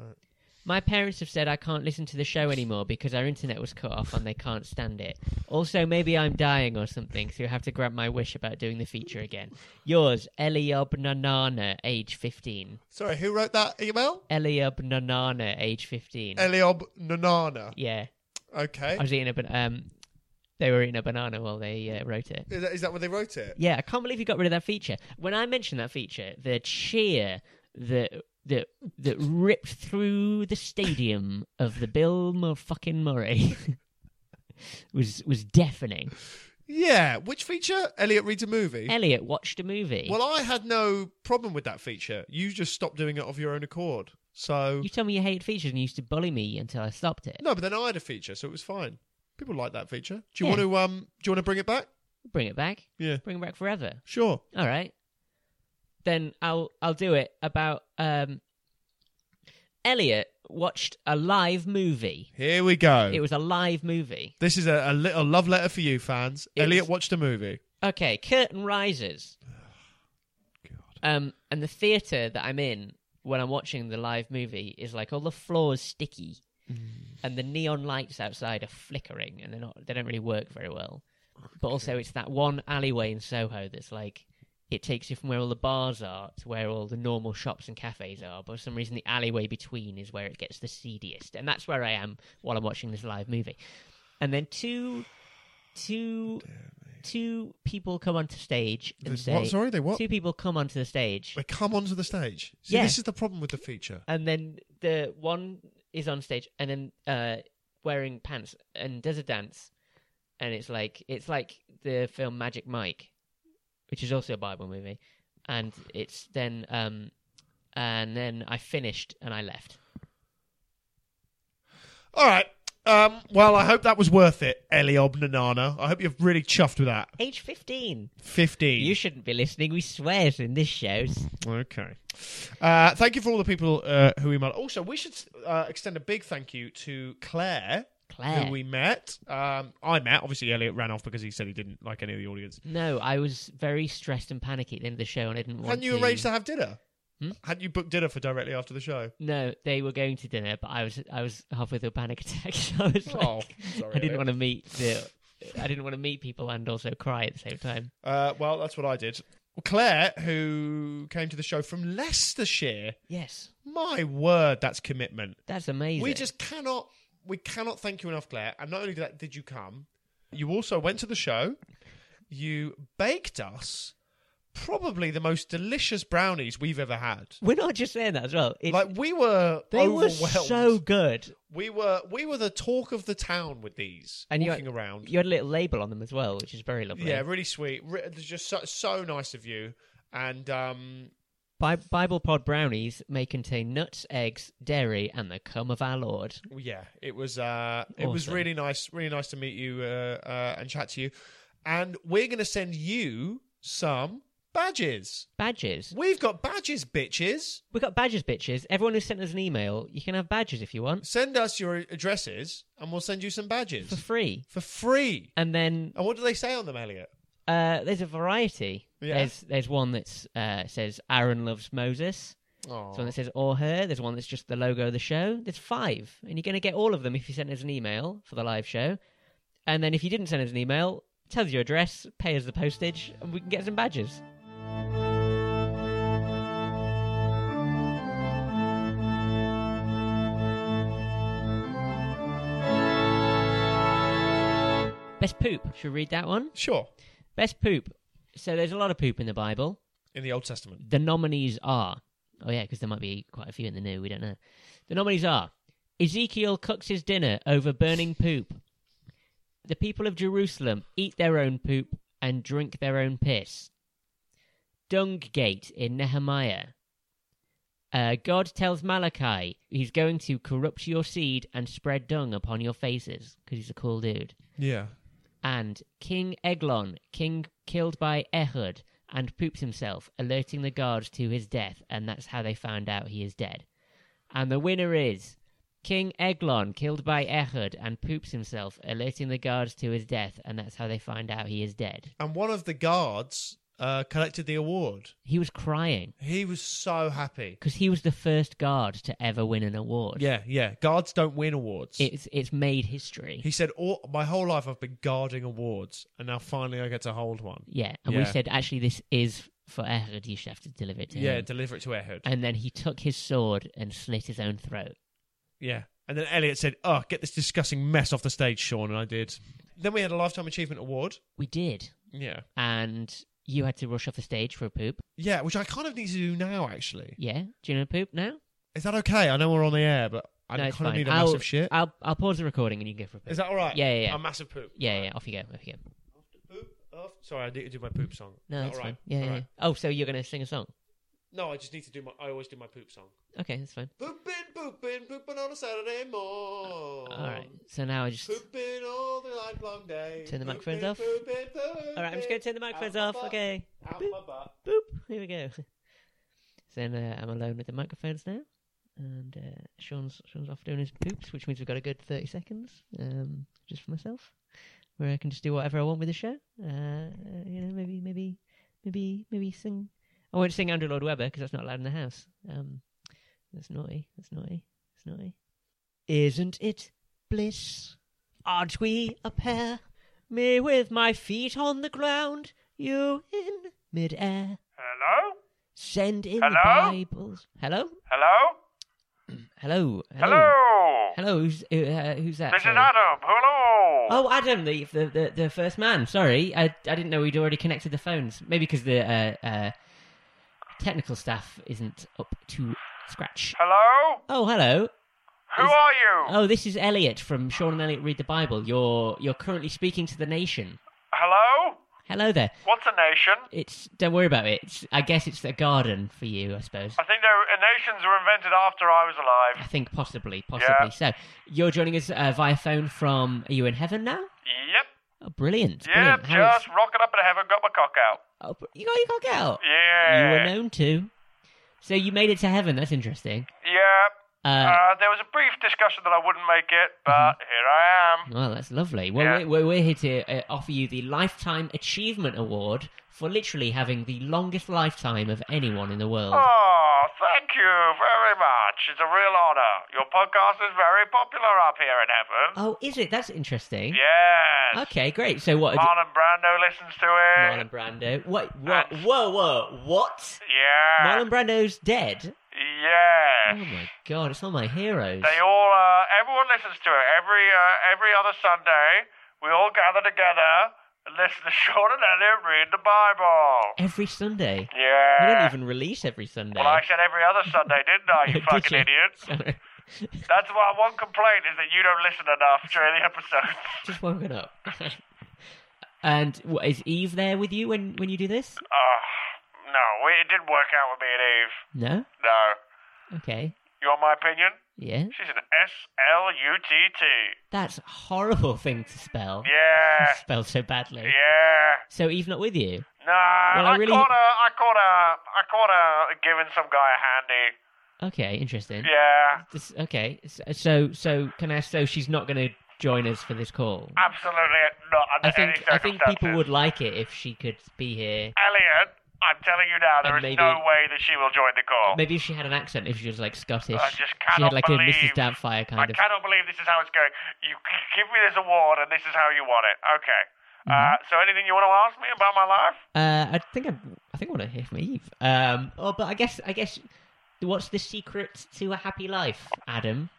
[SPEAKER 2] My parents have said I can't listen to the show anymore because our internet was cut off and they can't stand it. Also, maybe I'm dying or something, so you have to grant my wish about doing the feature again. Yours, Eliab Nanana, age 15.
[SPEAKER 1] Sorry, who wrote that email?
[SPEAKER 2] Eliab Nanana, age 15.
[SPEAKER 1] Eliob Nanana.
[SPEAKER 2] yeah,
[SPEAKER 1] Okay.
[SPEAKER 2] I was eating a ban- um, they were eating a banana while they uh, wrote it.
[SPEAKER 1] Is that, is that when they wrote it?
[SPEAKER 2] Yeah, I can't believe you got rid of that feature. When I mentioned that feature, the cheer that that that ripped through the stadium of the Bill Mur- fucking Murray <laughs> was was deafening.
[SPEAKER 1] Yeah. Which feature? Elliot reads a movie.
[SPEAKER 2] Elliot watched a movie.
[SPEAKER 1] Well, I had no problem with that feature. You just stopped doing it of your own accord. So
[SPEAKER 2] you told me you hated features and you used to bully me until I stopped it.
[SPEAKER 1] no, but then I had a feature, so it was fine. People like that feature. Do you
[SPEAKER 2] Yeah.
[SPEAKER 1] want to um? Do you want to bring it back?
[SPEAKER 2] Bring it back.
[SPEAKER 1] Yeah,
[SPEAKER 2] Bring it back forever.
[SPEAKER 1] sure.
[SPEAKER 2] All right. Then I'll I'll do it about um Elliot watched a live movie.
[SPEAKER 1] Here we go.
[SPEAKER 2] It was a live movie.
[SPEAKER 1] this is a, a little love letter for you fans.
[SPEAKER 2] It
[SPEAKER 1] Elliot
[SPEAKER 2] was-
[SPEAKER 1] watched a movie.
[SPEAKER 2] Okay, curtain rises. Um, and the theatre that I'm in when I'm watching the live movie is like all the floor's sticky and the neon lights outside are flickering and they're not they don't really work very well. But also it's that one alleyway in Soho that's like it takes you from where all the bars are to where all the normal shops and cafes are, but for some reason the alleyway between is where it gets the seediest. And that's where I am while I'm watching this live movie. And then two two two people come onto stage and
[SPEAKER 1] There's-
[SPEAKER 2] say
[SPEAKER 1] what? Sorry, they what?
[SPEAKER 2] two people come onto the stage
[SPEAKER 1] They come onto the stage. See,
[SPEAKER 2] Yeah.
[SPEAKER 1] this is the problem with the feature.
[SPEAKER 2] and then the one is on stage and then uh wearing pants and does a dance and it's like it's like the film magic mike which is also a bible movie and it's then um and then i finished and i left
[SPEAKER 1] All right. Um, well, I hope that was worth it, Eliob Nanana. I hope you're really chuffed with that.
[SPEAKER 2] age 15
[SPEAKER 1] 15.
[SPEAKER 2] you shouldn't be listening we swears in this shows
[SPEAKER 1] Okay. Uh, thank you for all the people uh, who emailed. Also, we should uh, extend a big thank you to Claire,
[SPEAKER 2] Claire.
[SPEAKER 1] who we met. Um, I met. Obviously, Elliot ran off because he said he didn't like any of the audience.
[SPEAKER 2] no i was very stressed and panicky at the end of the show and i didn't want
[SPEAKER 1] Hadn't you
[SPEAKER 2] to
[SPEAKER 1] arranged to have dinner?
[SPEAKER 2] Hmm?
[SPEAKER 1] Hadn't you booked dinner for directly after the
[SPEAKER 2] <laughs>
[SPEAKER 1] show?
[SPEAKER 2] no they were going to dinner but i was i was halfway through a panic attack <laughs> so i was like
[SPEAKER 1] oh, sorry.
[SPEAKER 2] I didn't
[SPEAKER 1] Elliot.
[SPEAKER 2] want to meet the. I didn't want to meet people and also cry at the same time.
[SPEAKER 1] Uh, well, that's what I did. Well, Claire, who came to the show from Leicestershire,
[SPEAKER 2] Yes,
[SPEAKER 1] my word, that's commitment.
[SPEAKER 2] that's amazing.
[SPEAKER 1] we just cannot we cannot thank you enough claire and not only did that did you come you also went to the show you baked us probably the most delicious brownies we've ever had
[SPEAKER 2] we're not just saying that as well. It's,
[SPEAKER 1] like we were
[SPEAKER 2] they were
[SPEAKER 1] overwhelmed.
[SPEAKER 2] so good,
[SPEAKER 1] we were we were the talk of the town with these
[SPEAKER 2] and you
[SPEAKER 1] walking
[SPEAKER 2] had,
[SPEAKER 1] around
[SPEAKER 2] you had a little label on them as well, which is very lovely.
[SPEAKER 1] yeah really sweet Re- it's just so, so nice of you and um
[SPEAKER 2] Bi- Bible pod brownies may contain nuts, eggs, dairy, and the cum of our Lord.
[SPEAKER 1] yeah it was uh it was
[SPEAKER 2] Awesome.
[SPEAKER 1] really nice really nice to meet you uh, uh and chat to you and we're gonna send you some badges
[SPEAKER 2] Badges.
[SPEAKER 1] We've got badges, bitches.
[SPEAKER 2] We got badges, bitches. Everyone who sent us an email, you can have badges if you want
[SPEAKER 1] Send us your addresses and we'll send you some
[SPEAKER 2] for
[SPEAKER 1] badges
[SPEAKER 2] free.
[SPEAKER 1] <laughs> for free.
[SPEAKER 2] And then
[SPEAKER 1] And what do they say on them, Elliot?
[SPEAKER 2] uh, there's a variety.
[SPEAKER 1] Yeah.
[SPEAKER 2] There's there's one that uh, says Aaron loves Moses.
[SPEAKER 1] Oh,
[SPEAKER 2] There's one that says or her. There's one that's just the logo of the show. There's five, and you're going to get all of them if you send us an email for the live show. And then if you didn't send us an email, tell us your address, pay us the postage, and we can get some badges. Best poop. Should we read that one?
[SPEAKER 1] sure.
[SPEAKER 2] Best poop. So there's a lot of poop in the Bible
[SPEAKER 1] In the Old Testament.
[SPEAKER 2] the nominees are. Oh yeah, because there might be quite a few in the new. We don't know. The nominees are Ezekiel cooks his dinner over burning poop. The people of Jerusalem eat their own poop and drink their own piss. Dung gate in Nehemiah. Uh, God tells Malachi he's going to corrupt your seed and spread dung upon your faces because he's a cool dude
[SPEAKER 1] Yeah.
[SPEAKER 2] and King Eglon, king killed by Ehud, and poops himself, alerting the guards to his death, and that's how they found out he is dead. And the winner is King Eglon, killed by Ehud, and poops himself, alerting the guards to his death, and that's how they find out he is dead.
[SPEAKER 1] And one of the guards uh, collected the award.
[SPEAKER 2] He was crying
[SPEAKER 1] He was so happy.
[SPEAKER 2] because he was the first guard to ever win an award.
[SPEAKER 1] Yeah, yeah. Guards don't win awards.
[SPEAKER 2] It's it's made history.
[SPEAKER 1] he said, all, My whole life I've been guarding awards, and now finally I get to hold one.
[SPEAKER 2] yeah, and we
[SPEAKER 1] Yeah.
[SPEAKER 2] said actually this is for Ehud. You should have to deliver it to
[SPEAKER 1] Yeah,
[SPEAKER 2] him.
[SPEAKER 1] deliver it to Ehud.
[SPEAKER 2] And then he took his sword and slit his own throat.
[SPEAKER 1] Yeah. And then Elliot said, Oh, get this disgusting mess off the stage, Sean. And I did. Then we had a Lifetime Achievement Award.
[SPEAKER 2] We did.
[SPEAKER 1] Yeah.
[SPEAKER 2] And you had to rush off the stage for a poop.
[SPEAKER 1] Yeah, which I kind of need to do now, actually.
[SPEAKER 2] Yeah. Do you know poop now?
[SPEAKER 1] Is that okay? I know we're on the air, but I
[SPEAKER 2] no,
[SPEAKER 1] kind
[SPEAKER 2] it's
[SPEAKER 1] of
[SPEAKER 2] fine.
[SPEAKER 1] need a
[SPEAKER 2] I'll,
[SPEAKER 1] massive shit.
[SPEAKER 2] I'll I'll pause the recording and you can go for a poop.
[SPEAKER 1] Is that all right?
[SPEAKER 2] Yeah, yeah, yeah.
[SPEAKER 1] A massive poop.
[SPEAKER 2] yeah, yeah. Off you go. Off you go.
[SPEAKER 1] Poop. off. Sorry, I need to do my poop song.
[SPEAKER 2] No,
[SPEAKER 1] Is that
[SPEAKER 2] it's
[SPEAKER 1] all
[SPEAKER 2] fine.
[SPEAKER 1] right?
[SPEAKER 2] Yeah,
[SPEAKER 1] All
[SPEAKER 2] yeah.
[SPEAKER 1] right.
[SPEAKER 2] Oh, so you're gonna sing a song?
[SPEAKER 1] No, I just need to do my. I always do my poop song.
[SPEAKER 2] Okay, that's fine.
[SPEAKER 1] Pooping, pooping, pooping on a Saturday morning.
[SPEAKER 2] All right. So now I just.
[SPEAKER 1] Pooping all the lifelong day.
[SPEAKER 2] Turn the
[SPEAKER 1] Pooping,
[SPEAKER 2] microphones off.
[SPEAKER 1] Pooping, pooping,
[SPEAKER 2] All right. I'm just gonna turn the microphones
[SPEAKER 1] out
[SPEAKER 2] off.
[SPEAKER 1] my butt,
[SPEAKER 2] Okay.
[SPEAKER 1] Out my butt.
[SPEAKER 2] Boop. <laughs> Here we go. So then uh, I'm alone with the microphones now, and uh, Sean's Sean's off doing his poops, which means we've got a good 30 seconds um, just for myself, where I can just do whatever I want with the show. Uh, uh, you know, maybe maybe maybe maybe sing. I won't sing Andrew Lloyd Webber because that's not allowed in the house. Um, That's naughty. That's naughty. That's naughty. Isn't it bliss? Aren't we a pair? Me with my feet on the ground, you in mid-air.
[SPEAKER 3] Hello?
[SPEAKER 2] Send in the
[SPEAKER 3] Hello?
[SPEAKER 2] Bibles. Hello?
[SPEAKER 3] Hello?
[SPEAKER 2] Hello?
[SPEAKER 3] Hello?
[SPEAKER 2] Oh. Hello? Who's, who- uh, who's that?
[SPEAKER 3] This is
[SPEAKER 2] Sorry.
[SPEAKER 3] Adam. Hello.
[SPEAKER 2] Oh, Adam, the, the the the first man. Sorry, I I didn't know we'd already connected the phones. Maybe because the uh, uh, technical staff isn't up to scratch.
[SPEAKER 3] Hello?
[SPEAKER 2] Oh, hello.
[SPEAKER 3] Who
[SPEAKER 2] Is-
[SPEAKER 3] are you?
[SPEAKER 2] Oh, this is Elliot from Sean and Elliot Read the Bible. You're you're currently speaking to the nation.
[SPEAKER 3] Hello?
[SPEAKER 2] Hello there.
[SPEAKER 3] What's a nation?
[SPEAKER 2] It's don't worry about it. It's, I guess it's a garden for you, I suppose.
[SPEAKER 3] I think they were, nations were invented after I was
[SPEAKER 2] I
[SPEAKER 3] alive.
[SPEAKER 2] think possibly, possibly. So you're joining us uh, via phone from. Are you in heaven now?
[SPEAKER 3] Yep.
[SPEAKER 2] Oh, brilliant.
[SPEAKER 3] Yep.
[SPEAKER 2] brilliant. How is-
[SPEAKER 3] Just rocking up in heaven. Got my cock out.
[SPEAKER 2] Oh, br- you got you got out. you were
[SPEAKER 3] Yeah.
[SPEAKER 2] known to. So you made it to heaven. That's interesting.
[SPEAKER 3] Yep.
[SPEAKER 2] Uh,
[SPEAKER 3] Uh, there was a brief discussion that I wouldn't make it, but
[SPEAKER 2] Mm-hmm.
[SPEAKER 3] here I am.
[SPEAKER 2] well, that's lovely. Well,
[SPEAKER 3] yeah.
[SPEAKER 2] we're, we're, we're here to uh, offer you the Lifetime Achievement Award for literally having the longest lifetime of anyone in the world.
[SPEAKER 3] Oh, thank you very much. It's a real honor. Your podcast is very popular up here in heaven.
[SPEAKER 2] Oh, is it? That's interesting.
[SPEAKER 3] Yes. Oh,
[SPEAKER 2] Okay, great. So what?
[SPEAKER 3] Marlon Brando listens to
[SPEAKER 2] Marlon
[SPEAKER 3] it.
[SPEAKER 2] Brando. What? What? Whoa, whoa. What?
[SPEAKER 3] Yeah.
[SPEAKER 2] Marlon Brando's dead. Oh
[SPEAKER 3] Yes.
[SPEAKER 2] my god, it's all my heroes.
[SPEAKER 3] They all, uh, everyone listens to it. Every uh, every other Sunday, we all gather together and listen to <laughs> Sean and Elliot read the Bible.
[SPEAKER 2] Every Sunday. We don't
[SPEAKER 3] Yeah.
[SPEAKER 2] even release every Sunday.
[SPEAKER 3] Well, I said every other Sunday, didn't I, you
[SPEAKER 2] <laughs> Did
[SPEAKER 3] fucking
[SPEAKER 2] you?
[SPEAKER 3] idiot?
[SPEAKER 2] <laughs> Sorry.
[SPEAKER 3] That's my one complaint is that you don't listen enough during the episodes. <laughs>
[SPEAKER 2] Just woken up. <laughs> and what, is Eve there with you when, when you do this?
[SPEAKER 3] Oh, no, we- it didn't work out with me and Eve.
[SPEAKER 2] No?
[SPEAKER 3] No.
[SPEAKER 2] Okay.
[SPEAKER 3] You want my opinion?
[SPEAKER 2] Yeah.
[SPEAKER 3] She's an S-L-U-T-T.
[SPEAKER 2] That's a horrible thing to spell. <laughs>
[SPEAKER 3] Yeah.
[SPEAKER 2] Spelled so badly.
[SPEAKER 3] Yeah.
[SPEAKER 2] So Eve not with you?
[SPEAKER 3] No,
[SPEAKER 2] Well, I
[SPEAKER 3] I,
[SPEAKER 2] really-
[SPEAKER 3] caught her. I caught her. I caught her giving some guy a handy.
[SPEAKER 2] Okay, interesting.
[SPEAKER 3] Yeah,
[SPEAKER 2] This, okay. s- So so can I ask so she's not gonna join us for this call?
[SPEAKER 3] absolutely not under
[SPEAKER 2] I think
[SPEAKER 3] any
[SPEAKER 2] I think
[SPEAKER 3] circumstances.
[SPEAKER 2] people would like it if she could be here.
[SPEAKER 3] Elliot, I'm telling you now, there is
[SPEAKER 2] And
[SPEAKER 3] no
[SPEAKER 2] maybe-
[SPEAKER 3] way that she will join the call.
[SPEAKER 2] Maybe if she had an accent, if she was like Scottish.
[SPEAKER 3] Oh. I just
[SPEAKER 2] she had
[SPEAKER 3] cannot
[SPEAKER 2] like a Mrs.
[SPEAKER 3] believe-
[SPEAKER 2] Doubtfire
[SPEAKER 3] I
[SPEAKER 2] kind of
[SPEAKER 3] cannot believe this is how it's going. You g- give me this award, and this is how you want it. Okay.
[SPEAKER 2] Mm-hmm.
[SPEAKER 3] Uh, so, anything you want to ask me about my life?
[SPEAKER 2] Uh, I think I, I think I want to hear from Eve. Um, oh, but I guess I guess what's the secret to a happy life, Adam?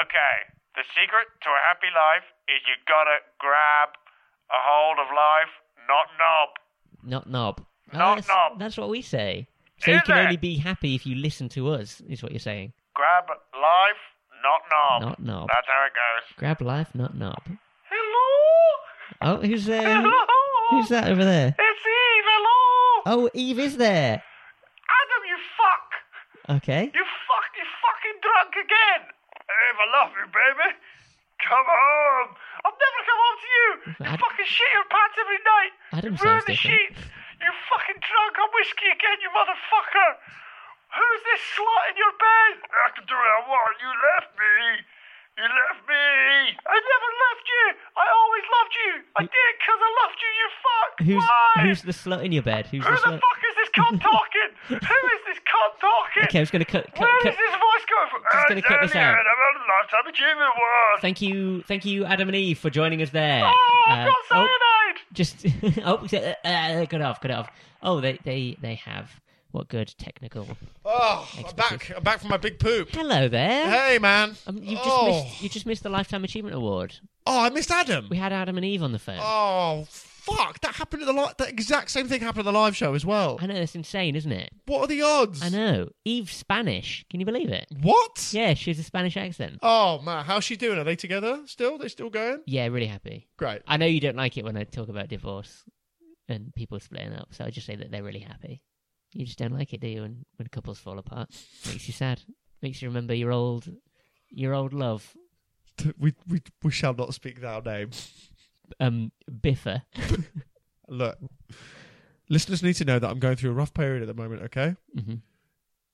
[SPEAKER 3] Okay. The secret to a happy life is you gotta grab a hold of life, not knob.
[SPEAKER 2] Not knob. Oh,
[SPEAKER 3] Not
[SPEAKER 2] that's,
[SPEAKER 3] knob.
[SPEAKER 2] That's what we say. So you
[SPEAKER 3] Is
[SPEAKER 2] can
[SPEAKER 3] it?
[SPEAKER 2] only be happy if you listen to us. Is what you're saying?
[SPEAKER 3] Grab life, not knob. Uh,
[SPEAKER 2] Not knob.
[SPEAKER 3] That's how it goes.
[SPEAKER 2] Grab life, not knob.
[SPEAKER 3] Hello?
[SPEAKER 2] Oh, who's there?
[SPEAKER 3] Hello?
[SPEAKER 2] who's that over there?
[SPEAKER 3] It's Eve, hello!
[SPEAKER 2] Oh, Eve is there.
[SPEAKER 3] Adam, you fuck!
[SPEAKER 2] Okay.
[SPEAKER 3] You fuck, you fucking drunk again! Eve, I love you, baby! Come home! I'll never come home to you! You
[SPEAKER 2] Ad-
[SPEAKER 3] fucking shit your pants every night!
[SPEAKER 2] Adam
[SPEAKER 3] you ruin
[SPEAKER 2] sounds
[SPEAKER 3] the
[SPEAKER 2] different.
[SPEAKER 3] sheets! You fucking drunk on whiskey again, you motherfucker! Who's this slut in your bed? I can do what I want, you left me! You left me! I never left you! I always loved you! I did it 'cause I loved you, you fuck!
[SPEAKER 2] Who's
[SPEAKER 3] Why?
[SPEAKER 2] who's the slut in your bed? Who's
[SPEAKER 3] Who
[SPEAKER 2] the
[SPEAKER 3] the
[SPEAKER 2] slut?
[SPEAKER 3] fuck is
[SPEAKER 2] <laughs>
[SPEAKER 3] this cunt talking? Who is this cunt talking?
[SPEAKER 2] Okay, I was gonna cut. cut,
[SPEAKER 3] Where
[SPEAKER 2] cut.
[SPEAKER 3] is this voice coming from?
[SPEAKER 2] Just
[SPEAKER 3] Uh,
[SPEAKER 2] gonna cut this
[SPEAKER 3] Daniel,
[SPEAKER 2] out.
[SPEAKER 3] I'm a lifetime achievement award.
[SPEAKER 2] Thank you, thank you, Adam and Eve, for joining us there.
[SPEAKER 3] Oh, I've
[SPEAKER 2] Uh,
[SPEAKER 3] got
[SPEAKER 2] oh.
[SPEAKER 3] cyanide.
[SPEAKER 2] just <laughs> oh uh, uh, cut off cut off oh they they they have what good technical
[SPEAKER 1] Oh, I'm
[SPEAKER 2] Expertise.
[SPEAKER 1] back. I'm back from my big poop.
[SPEAKER 2] hello there
[SPEAKER 1] Hey, man.
[SPEAKER 2] um, you've just
[SPEAKER 1] oh.
[SPEAKER 2] missed you just missed the lifetime achievement award
[SPEAKER 1] oh, I missed Adam.
[SPEAKER 2] we had adam and eve on the phone
[SPEAKER 1] Oh, fuck. That happened at the live. That exact same thing happened at the live show as well.
[SPEAKER 2] i know that's insane isn't it
[SPEAKER 1] What are the odds?
[SPEAKER 2] i know eve's spanish can you believe it
[SPEAKER 1] What?
[SPEAKER 2] yeah she has a spanish accent
[SPEAKER 1] Oh man, how's she doing? Are they together still? They still going?
[SPEAKER 2] yeah really happy
[SPEAKER 1] Great.
[SPEAKER 2] i know you don't like it when i talk about divorce and people splitting up so i just say that they're really happy you just don't like it do you when, when couples fall apart makes you sad makes you remember your old your old love
[SPEAKER 1] <laughs> We we we shall not speak thou name.
[SPEAKER 2] um biffer
[SPEAKER 1] Look, listeners need to know that I'm going through a rough period at the moment. Okay,
[SPEAKER 2] hmm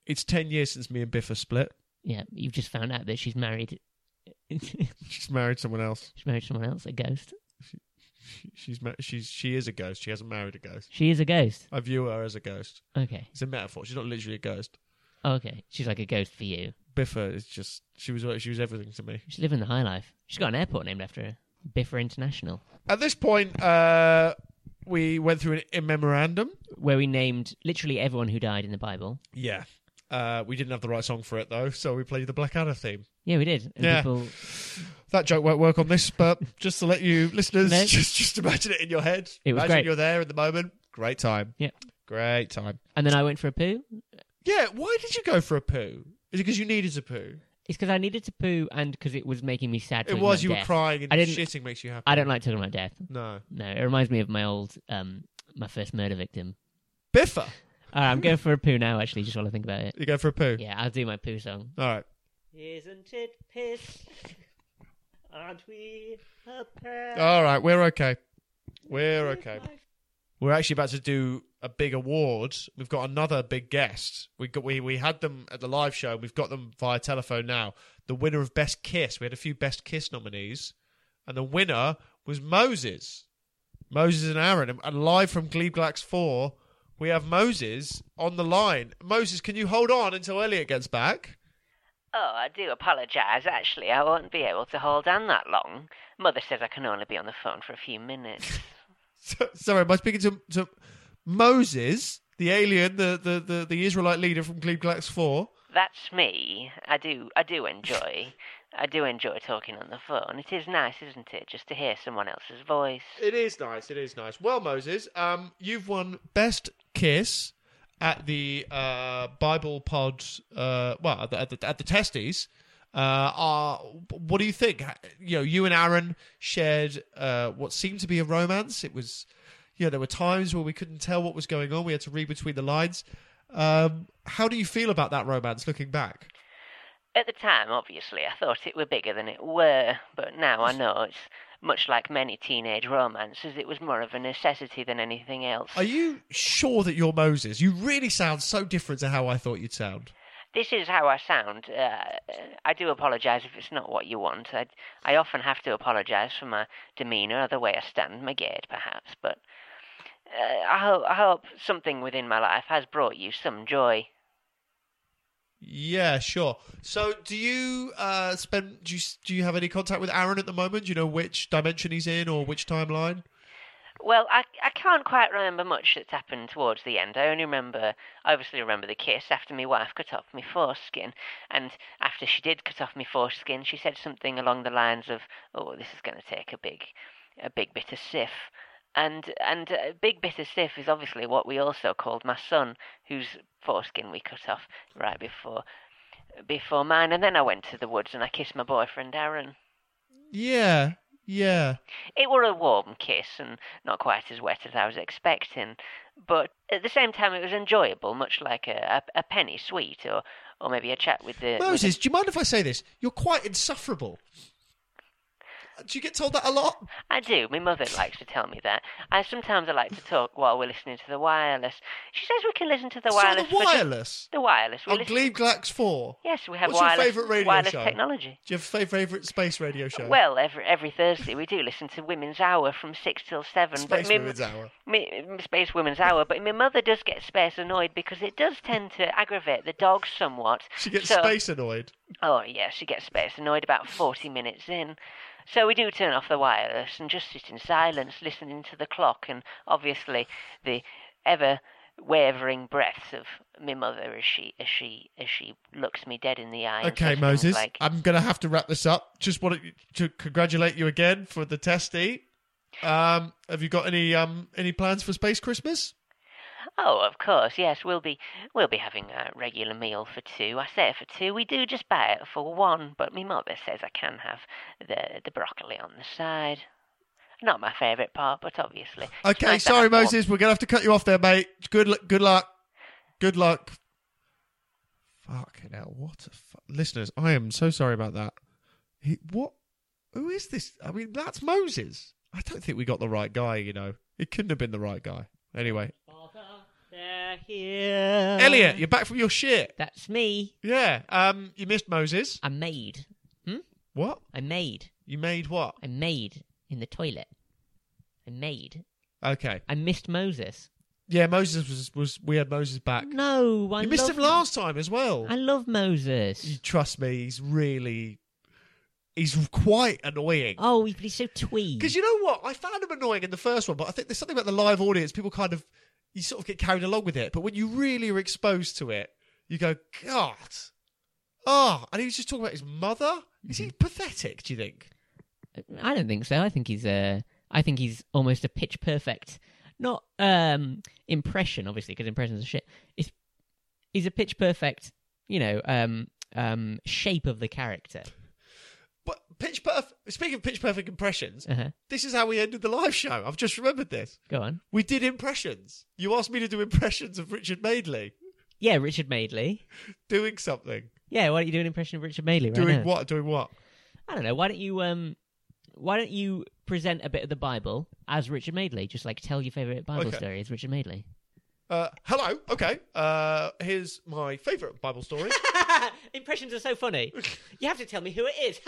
[SPEAKER 1] it's ten years since me and Biff are split.
[SPEAKER 2] Yeah, you've just found out that she's married. <laughs> she's
[SPEAKER 1] She's married someone else.
[SPEAKER 2] married someone else, a ghost.
[SPEAKER 1] She, she's ma- she's she is a ghost. She hasn't married a ghost.
[SPEAKER 2] She is a ghost.
[SPEAKER 1] I view her as a ghost.
[SPEAKER 2] Okay.
[SPEAKER 1] It's a metaphor. She's not literally a ghost.
[SPEAKER 4] Okay, she's like a ghost for you.
[SPEAKER 1] Biffa is just she was she was everything to me.
[SPEAKER 4] She's living the high life. She's got an airport named after her, Biffa International,
[SPEAKER 1] At this point, uh, we went through an, a memorandum.
[SPEAKER 4] where we named literally everyone who died in the Bible.
[SPEAKER 1] Yeah. Uh, we didn't have the right song for it though, so we played the Blackadder theme.
[SPEAKER 4] Yeah, we did. And
[SPEAKER 1] Yeah.
[SPEAKER 4] people
[SPEAKER 1] That joke won't work on this, but just to let you listeners
[SPEAKER 4] No.
[SPEAKER 1] just just imagine it in your head.
[SPEAKER 4] It was
[SPEAKER 1] imagine
[SPEAKER 4] great.
[SPEAKER 1] you're there at the moment. Great time.
[SPEAKER 4] Yeah.
[SPEAKER 1] Great time.
[SPEAKER 4] And then I went for a poo.
[SPEAKER 1] Yeah, why did you go for a poo? Is it because you needed a poo?
[SPEAKER 4] It's because I needed to poo and because it was making me sad.
[SPEAKER 1] It
[SPEAKER 4] talking
[SPEAKER 1] was
[SPEAKER 4] about
[SPEAKER 1] you were
[SPEAKER 4] death.
[SPEAKER 1] crying and
[SPEAKER 4] I didn't-
[SPEAKER 1] shitting makes you happy.
[SPEAKER 4] I don't like talking about death. <laughs>
[SPEAKER 1] No.
[SPEAKER 4] No, it reminds me of my old, um, my first murder victim.
[SPEAKER 1] Biffa.
[SPEAKER 4] All right, I'm going for a poo now. Actually, just while I think about it.
[SPEAKER 1] You go for a poo.
[SPEAKER 4] Yeah, I'll do my poo song.
[SPEAKER 1] All right.
[SPEAKER 4] Isn't it piss? Aren't we a pair?
[SPEAKER 1] All right, we're okay. We're Oh, okay. We're actually about to do a big award. We've got another big guest. We got we we had them at the live show. We've got them via telephone now. The winner of Best Kiss. We had a few Best Kiss nominees, and the winner was Moses. Moses and Aaron, and- and live from Gleeblax Four, we have Moses on the line. Moses, can you hold on until Elliot gets back?
[SPEAKER 2] Oh, I do apologise, actually. I won't be able to hold on that long. Mother says I can only be on the phone for a few minutes.
[SPEAKER 1] So- Sorry, am I speaking to, to Moses, the alien, the, the, the, the Israelite leader from Gleeblax Four?
[SPEAKER 2] That's me. I do I do enjoy I do enjoy talking on the phone. It is nice, isn't it, just to hear someone else's voice.
[SPEAKER 1] It is nice. It is nice. Well, Moses, um, you've won best kiss at the uh, Bible Pod. Uh, well, at the, at the, at the testes. Uh, are, what do you think? You know, you and Aaron shared uh, what seemed to be a romance. It was, you know, there were times where we couldn't tell what was going on. We had to read between the lines. Um, how do you feel about that romance looking back?
[SPEAKER 2] At the time, obviously, I thought it were bigger than it were, but now I know it's much like many teenage romances, it was more of a necessity than anything else.
[SPEAKER 1] Are you sure that you're Moses? You really sound so different to how I thought you'd sound.
[SPEAKER 2] This is how I sound. Uh, I do apologise if it's not what you want. I, I often have to apologise for my demeanour or the way I stand, my gait perhaps, but uh, I, ho- I hope something within my life has brought you some joy.
[SPEAKER 1] Yeah, sure. So, do you uh, spend? Do you do you have any contact with Aaron at the moment? Do you know which dimension he's in or which timeline?
[SPEAKER 2] Well, I, I can't quite remember much that's happened towards the end. I only remember, I obviously remember the kiss after my wife cut off my foreskin. And after she did cut off my foreskin, she said something along the lines of, "Oh, this is going to take a big, a big bit of sif." And and uh, big bit of sif is obviously what we also called my son, whose foreskin we cut off right before, before mine. And then I went to the woods and I kissed my boyfriend Aaron.
[SPEAKER 1] Yeah, yeah.
[SPEAKER 2] It were a warm kiss and not quite as wet as I was expecting, but at the same time it was enjoyable, much like a, a, a penny sweet or, or maybe a chat with the. with the-
[SPEAKER 1] Moses, do you mind if I say this? You're quite insufferable. Uh, Do you get told that a lot?
[SPEAKER 2] I do. My mother likes to tell me that. I sometimes I like to talk while we're listening to the wireless. She says we can listen to the wireless.
[SPEAKER 1] so the
[SPEAKER 2] for just-
[SPEAKER 1] wireless
[SPEAKER 2] The wireless. We
[SPEAKER 1] on
[SPEAKER 2] listen-
[SPEAKER 1] Gleeblax Four.
[SPEAKER 2] yes, we have
[SPEAKER 1] What's your
[SPEAKER 2] wireless.
[SPEAKER 1] favourite radio
[SPEAKER 2] wireless
[SPEAKER 1] show?
[SPEAKER 2] technology.
[SPEAKER 1] Do you have a favourite space radio show?
[SPEAKER 2] Well, every every Thursday we do listen to Women's Hour from six till seven.
[SPEAKER 1] Space
[SPEAKER 2] me-
[SPEAKER 1] Women's Hour.
[SPEAKER 2] Me, Space Women's Hour, but my mother does get space annoyed because it does tend to aggravate the dogs somewhat.
[SPEAKER 1] She gets
[SPEAKER 2] So-
[SPEAKER 1] space annoyed.
[SPEAKER 2] Oh yeah, she gets space annoyed about forty minutes in. So we do turn off the wireless and just sit in silence, listening to the clock and obviously the ever wavering breaths of my mother as she as she as she looks me dead in the eye. and
[SPEAKER 1] Okay,
[SPEAKER 2] says things
[SPEAKER 1] Moses,
[SPEAKER 2] like,
[SPEAKER 1] I'm going to have to wrap this up. Just want to, to congratulate you again for the testy. Um, have you got any um, any plans for Space Christmas?
[SPEAKER 2] Oh, of course, yes. We'll be we'll be having a regular meal for two. I say for two. We do just buy it for one, but me mother says I can have the the broccoli on the side. Not my favourite part, but obviously. it's
[SPEAKER 1] Okay,
[SPEAKER 2] nice to
[SPEAKER 1] sorry,
[SPEAKER 2] have one.
[SPEAKER 1] Moses, we're going to have to cut you off there, mate. Good lu- good luck. Good luck. Fucking hell, what a fu- listeners. I am so sorry about that. He, what? Who is this? I mean, that's Moses. I don't think we got the right guy. You know, it couldn't have been the right guy. Anyway,
[SPEAKER 4] They're
[SPEAKER 2] Uh.
[SPEAKER 4] here.
[SPEAKER 1] Elliot, you're back from your shit.
[SPEAKER 4] That's me.
[SPEAKER 1] Yeah. Um, you missed Moses.
[SPEAKER 4] I made.
[SPEAKER 1] What?
[SPEAKER 4] I made.
[SPEAKER 1] You made what?
[SPEAKER 4] I made in the toilet. I made.
[SPEAKER 1] Okay.
[SPEAKER 4] I missed Moses.
[SPEAKER 1] Yeah, Moses was was we had Moses back.
[SPEAKER 2] No, I
[SPEAKER 1] you missed
[SPEAKER 2] love,
[SPEAKER 1] him last time as well.
[SPEAKER 2] I love Moses.
[SPEAKER 1] You trust me, he's really he's quite annoying.
[SPEAKER 2] Oh, he- he's so twee.
[SPEAKER 1] Because you know what? I found him annoying in the first one, but I think there's something about the live audience. People kind of, you sort of get carried along with it. But when you really are exposed to it, you go, God. Oh, and he was just talking about his mother? Is
[SPEAKER 2] Mm-hmm.
[SPEAKER 1] he pathetic, do you think?
[SPEAKER 2] I don't think so. I think he's uh, I think he's almost a pitch perfect, not um impression obviously because impressions are shit. It's he's a pitch perfect, you know, um um shape of the character.
[SPEAKER 1] But Pitch Perfect, speaking of Pitch Perfect impressions,
[SPEAKER 2] Uh-huh.
[SPEAKER 1] this is how we ended the live show. I've just remembered this.
[SPEAKER 2] Go on.
[SPEAKER 1] We did impressions. You asked me to do impressions of Richard Madeley
[SPEAKER 2] Yeah, Richard Madeley.
[SPEAKER 1] doing something.
[SPEAKER 2] Yeah, why don't you do an impression of Richard Madeley? Right
[SPEAKER 1] Doing
[SPEAKER 2] now?
[SPEAKER 1] what? Doing what?
[SPEAKER 2] I don't know. Why don't you um, why don't you present a bit of the Bible as Richard Madeley? Just like tell your favorite Bible
[SPEAKER 1] Okay.
[SPEAKER 2] story as Richard Madeley.
[SPEAKER 1] Uh, hello. Okay. Uh, here's my favourite Bible
[SPEAKER 2] <laughs>
[SPEAKER 1] story.
[SPEAKER 2] <laughs> Impressions are
[SPEAKER 1] <laughs>
[SPEAKER 2] so funny. You have to tell me who it is.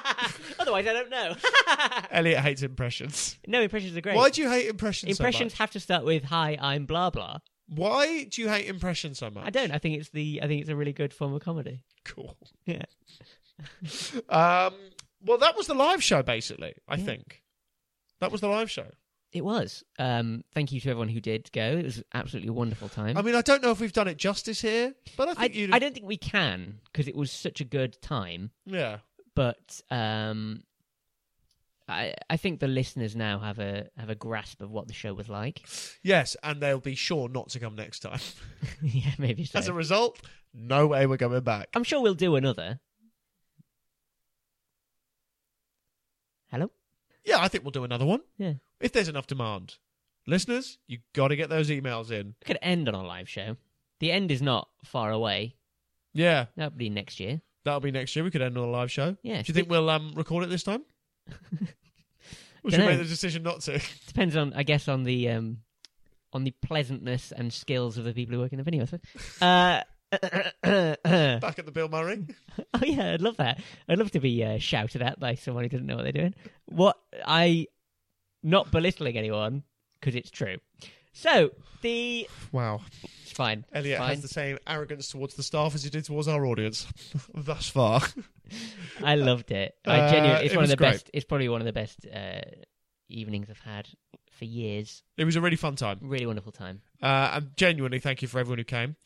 [SPEAKER 2] <laughs> Otherwise, I don't know. <laughs>
[SPEAKER 1] Elliot hates impressions.
[SPEAKER 2] no, impressions are great.
[SPEAKER 1] Why do you hate impressions?
[SPEAKER 2] impressions
[SPEAKER 1] So
[SPEAKER 2] have to start with "Hi, I'm blah blah."
[SPEAKER 1] much? Why do you hate impressions so much?
[SPEAKER 2] I don't. I think it's the. I think it's a really good form of comedy.
[SPEAKER 1] Cool.
[SPEAKER 2] Yeah.
[SPEAKER 1] <laughs> Um. Well, that was the live show, basically. I think that was the live show.
[SPEAKER 2] It was. Um, thank you to everyone who did go. It was absolutely a wonderful time.
[SPEAKER 1] I mean, I don't know if we've done it justice here, but I
[SPEAKER 2] I,
[SPEAKER 1] think you.
[SPEAKER 2] I don't think we can because it was such a good time.
[SPEAKER 1] Yeah.
[SPEAKER 2] but um, I I think the listeners now have a have a grasp of what the show was like. <laughs>
[SPEAKER 1] Yes, and they'll be sure not to come next time. <laughs>
[SPEAKER 2] yeah, maybe so.
[SPEAKER 1] As a result, no way we're coming back.
[SPEAKER 2] I'm sure we'll do another. Hello.
[SPEAKER 1] Yeah, I think we'll do another one
[SPEAKER 2] Yeah,
[SPEAKER 1] if there's enough demand. Listeners, you got to get those emails in.
[SPEAKER 2] we could end on a live show. The end is not far away.
[SPEAKER 1] Yeah,
[SPEAKER 2] That'll be next year.
[SPEAKER 1] that'll be next year. We could end on a live show.
[SPEAKER 2] Yeah.
[SPEAKER 1] Do you think we'll um record it this
[SPEAKER 2] <laughs>
[SPEAKER 1] time? or should we
[SPEAKER 2] Dunno.
[SPEAKER 1] make the decision not to? <laughs>
[SPEAKER 2] Depends on, I guess, on the um, on the pleasantness and skills of the people who work in the venue. I suppose. Uh,
[SPEAKER 1] Back at the Bill
[SPEAKER 2] <laughs>
[SPEAKER 1] Murray.
[SPEAKER 2] Oh yeah, I'd love that. I'd love to be uh, shouted at by someone who doesn't know what they're doing. What I, not belittling anyone, because it's true. So the
[SPEAKER 1] Wow.
[SPEAKER 2] it's fine. it's
[SPEAKER 1] Elliot
[SPEAKER 2] fine.
[SPEAKER 1] has the same arrogance towards the staff as he did towards our audience <laughs> thus
[SPEAKER 2] <laughs>
[SPEAKER 1] far.
[SPEAKER 2] I loved it. I
[SPEAKER 1] Uh,
[SPEAKER 2] genuinely, it's
[SPEAKER 1] it
[SPEAKER 2] one
[SPEAKER 1] was
[SPEAKER 2] of the
[SPEAKER 1] great.
[SPEAKER 2] best. It's probably one of the best uh, evenings I've had for years.
[SPEAKER 1] It was a really fun time.
[SPEAKER 2] Really wonderful time.
[SPEAKER 1] Uh, and genuinely, thank you for everyone who came.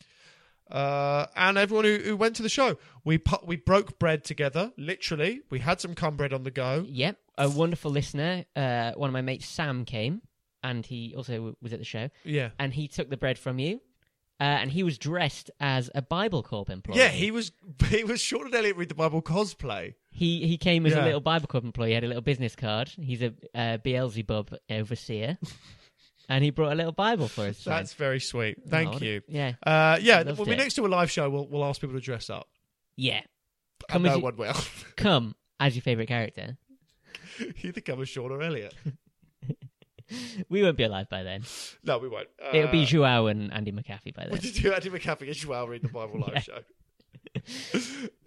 [SPEAKER 1] Uh, and everyone who, who went to the show. We pu- we broke bread together, literally. We had some cum bread on the go.
[SPEAKER 2] Yep, a wonderful listener. Uh, one of my mates, Sam, came, and he also w- was at the show,
[SPEAKER 1] Yeah.
[SPEAKER 2] and he took the bread from you. Uh, and he was dressed as a Bible Corp employee.
[SPEAKER 1] Yeah, he was <laughs> he was Sean and Elliot read the Bible cosplay.
[SPEAKER 2] He he came as
[SPEAKER 1] Yeah.
[SPEAKER 2] a little Bible Club employee. He had a little business card. He's a uh, Beelzebub
[SPEAKER 1] <laughs>
[SPEAKER 2] overseer, and he brought a little Bible for us. to sign.
[SPEAKER 1] That's very sweet.
[SPEAKER 2] Oh,
[SPEAKER 1] Thank
[SPEAKER 2] what a-
[SPEAKER 1] you.
[SPEAKER 2] Yeah,
[SPEAKER 1] Uh, yeah,
[SPEAKER 2] Loved
[SPEAKER 1] when we
[SPEAKER 2] it.
[SPEAKER 1] next do a live show, we'll we'll ask people to dress up.
[SPEAKER 2] yeah.
[SPEAKER 1] And
[SPEAKER 2] Come as
[SPEAKER 1] no
[SPEAKER 2] you-
[SPEAKER 1] one will. <laughs>
[SPEAKER 2] Come as your favorite character.
[SPEAKER 1] Either come as Sean or
[SPEAKER 2] <laughs>
[SPEAKER 1] Elliot.
[SPEAKER 2] We won't be alive by then.
[SPEAKER 1] No, we won't. Uh,
[SPEAKER 2] It'll be Joao and Andy McAfee by
[SPEAKER 1] We
[SPEAKER 2] then.
[SPEAKER 1] did do Andy McAfee as well read the Bible live
[SPEAKER 2] <laughs>
[SPEAKER 1] show.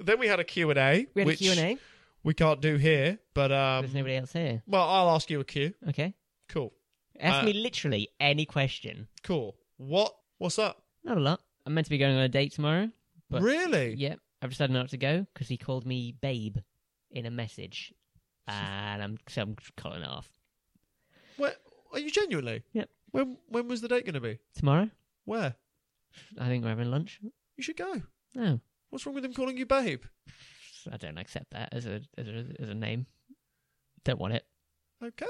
[SPEAKER 1] then we had a Q&A,
[SPEAKER 2] We had
[SPEAKER 1] which um,
[SPEAKER 2] a Q and A.
[SPEAKER 1] we can't do here, but um,
[SPEAKER 2] There's nobody else here.
[SPEAKER 1] well, I'll ask you a Q.
[SPEAKER 2] Okay,
[SPEAKER 1] Cool,
[SPEAKER 2] ask
[SPEAKER 1] uh,
[SPEAKER 2] me literally any question.
[SPEAKER 1] cool. What? What's up?
[SPEAKER 2] Not a lot. I'm meant to be going on a date tomorrow. But-
[SPEAKER 1] really?
[SPEAKER 2] Yep, I've decided not to go because he called me babe in a <laughs> message, and I'm so I'm calling it off
[SPEAKER 1] Where, are you genuinely?
[SPEAKER 2] Yep.
[SPEAKER 1] When when was the date going to be?
[SPEAKER 2] tomorrow.
[SPEAKER 1] Where?
[SPEAKER 2] I think we're having lunch.
[SPEAKER 1] You should go.
[SPEAKER 2] No,
[SPEAKER 1] What's wrong with him calling you babe?
[SPEAKER 2] I don't accept that as a as a, as a name. Don't want it. <laughs>
[SPEAKER 1] Okay.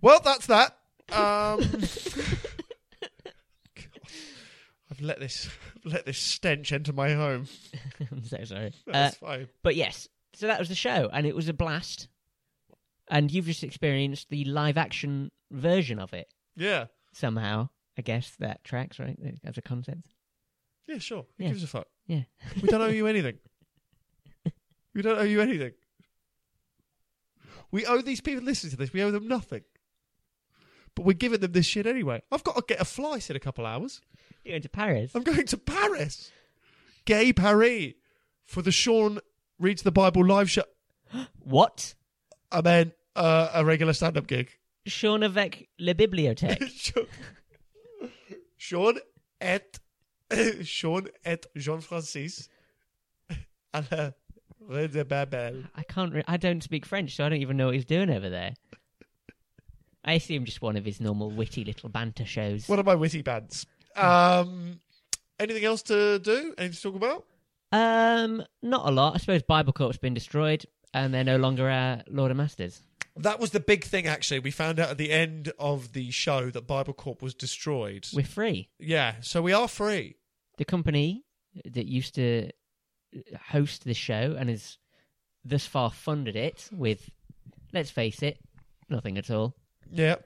[SPEAKER 1] Well, that's that.
[SPEAKER 2] <laughs>
[SPEAKER 1] Um, God. I've let this <laughs> let this stench enter my home.
[SPEAKER 2] I'm so sorry. Uh,
[SPEAKER 1] That's fine.
[SPEAKER 2] but yes, so that was the show, and it was a blast. And you've just experienced the live action version of it
[SPEAKER 1] Yeah.
[SPEAKER 2] somehow. I guess that tracks right as a concept.
[SPEAKER 1] Yeah, sure. Who
[SPEAKER 2] Yeah.
[SPEAKER 1] gives a fuck?
[SPEAKER 2] Yeah.
[SPEAKER 1] We don't owe you anything. We don't owe you anything. We owe these people listening to this. We owe them nothing. But we're giving them this shit anyway. I've got to get a flight in a couple hours.
[SPEAKER 2] You're going to Paris.
[SPEAKER 1] I'm going to Paris, gay Paris, for the Sean reads the Bible live show.
[SPEAKER 2] What?
[SPEAKER 1] I meant uh, a regular stand-up gig.
[SPEAKER 2] Sean Avec Le Bibliothèque.
[SPEAKER 1] Sean Sean et Sean et Jean Francis à la rue de Babel.
[SPEAKER 2] <laughs> I can't. Re- I don't speak French, so I don't even know what he's doing over there. I assume just one of his normal witty little banter shows.
[SPEAKER 1] One of my witty bands. Um, anything else to do? Anything to talk about?
[SPEAKER 2] Um, not a lot. I suppose Bible Corp's been destroyed, and they're no longer our Lord of Masters.
[SPEAKER 1] That was the big thing, actually. We found out at the end of the show that Bible Corp was destroyed.
[SPEAKER 2] We're free.
[SPEAKER 1] yeah, so we are free.
[SPEAKER 2] The company that used to host the show and has thus far funded it with, let's face it, nothing at all,
[SPEAKER 1] Yeah.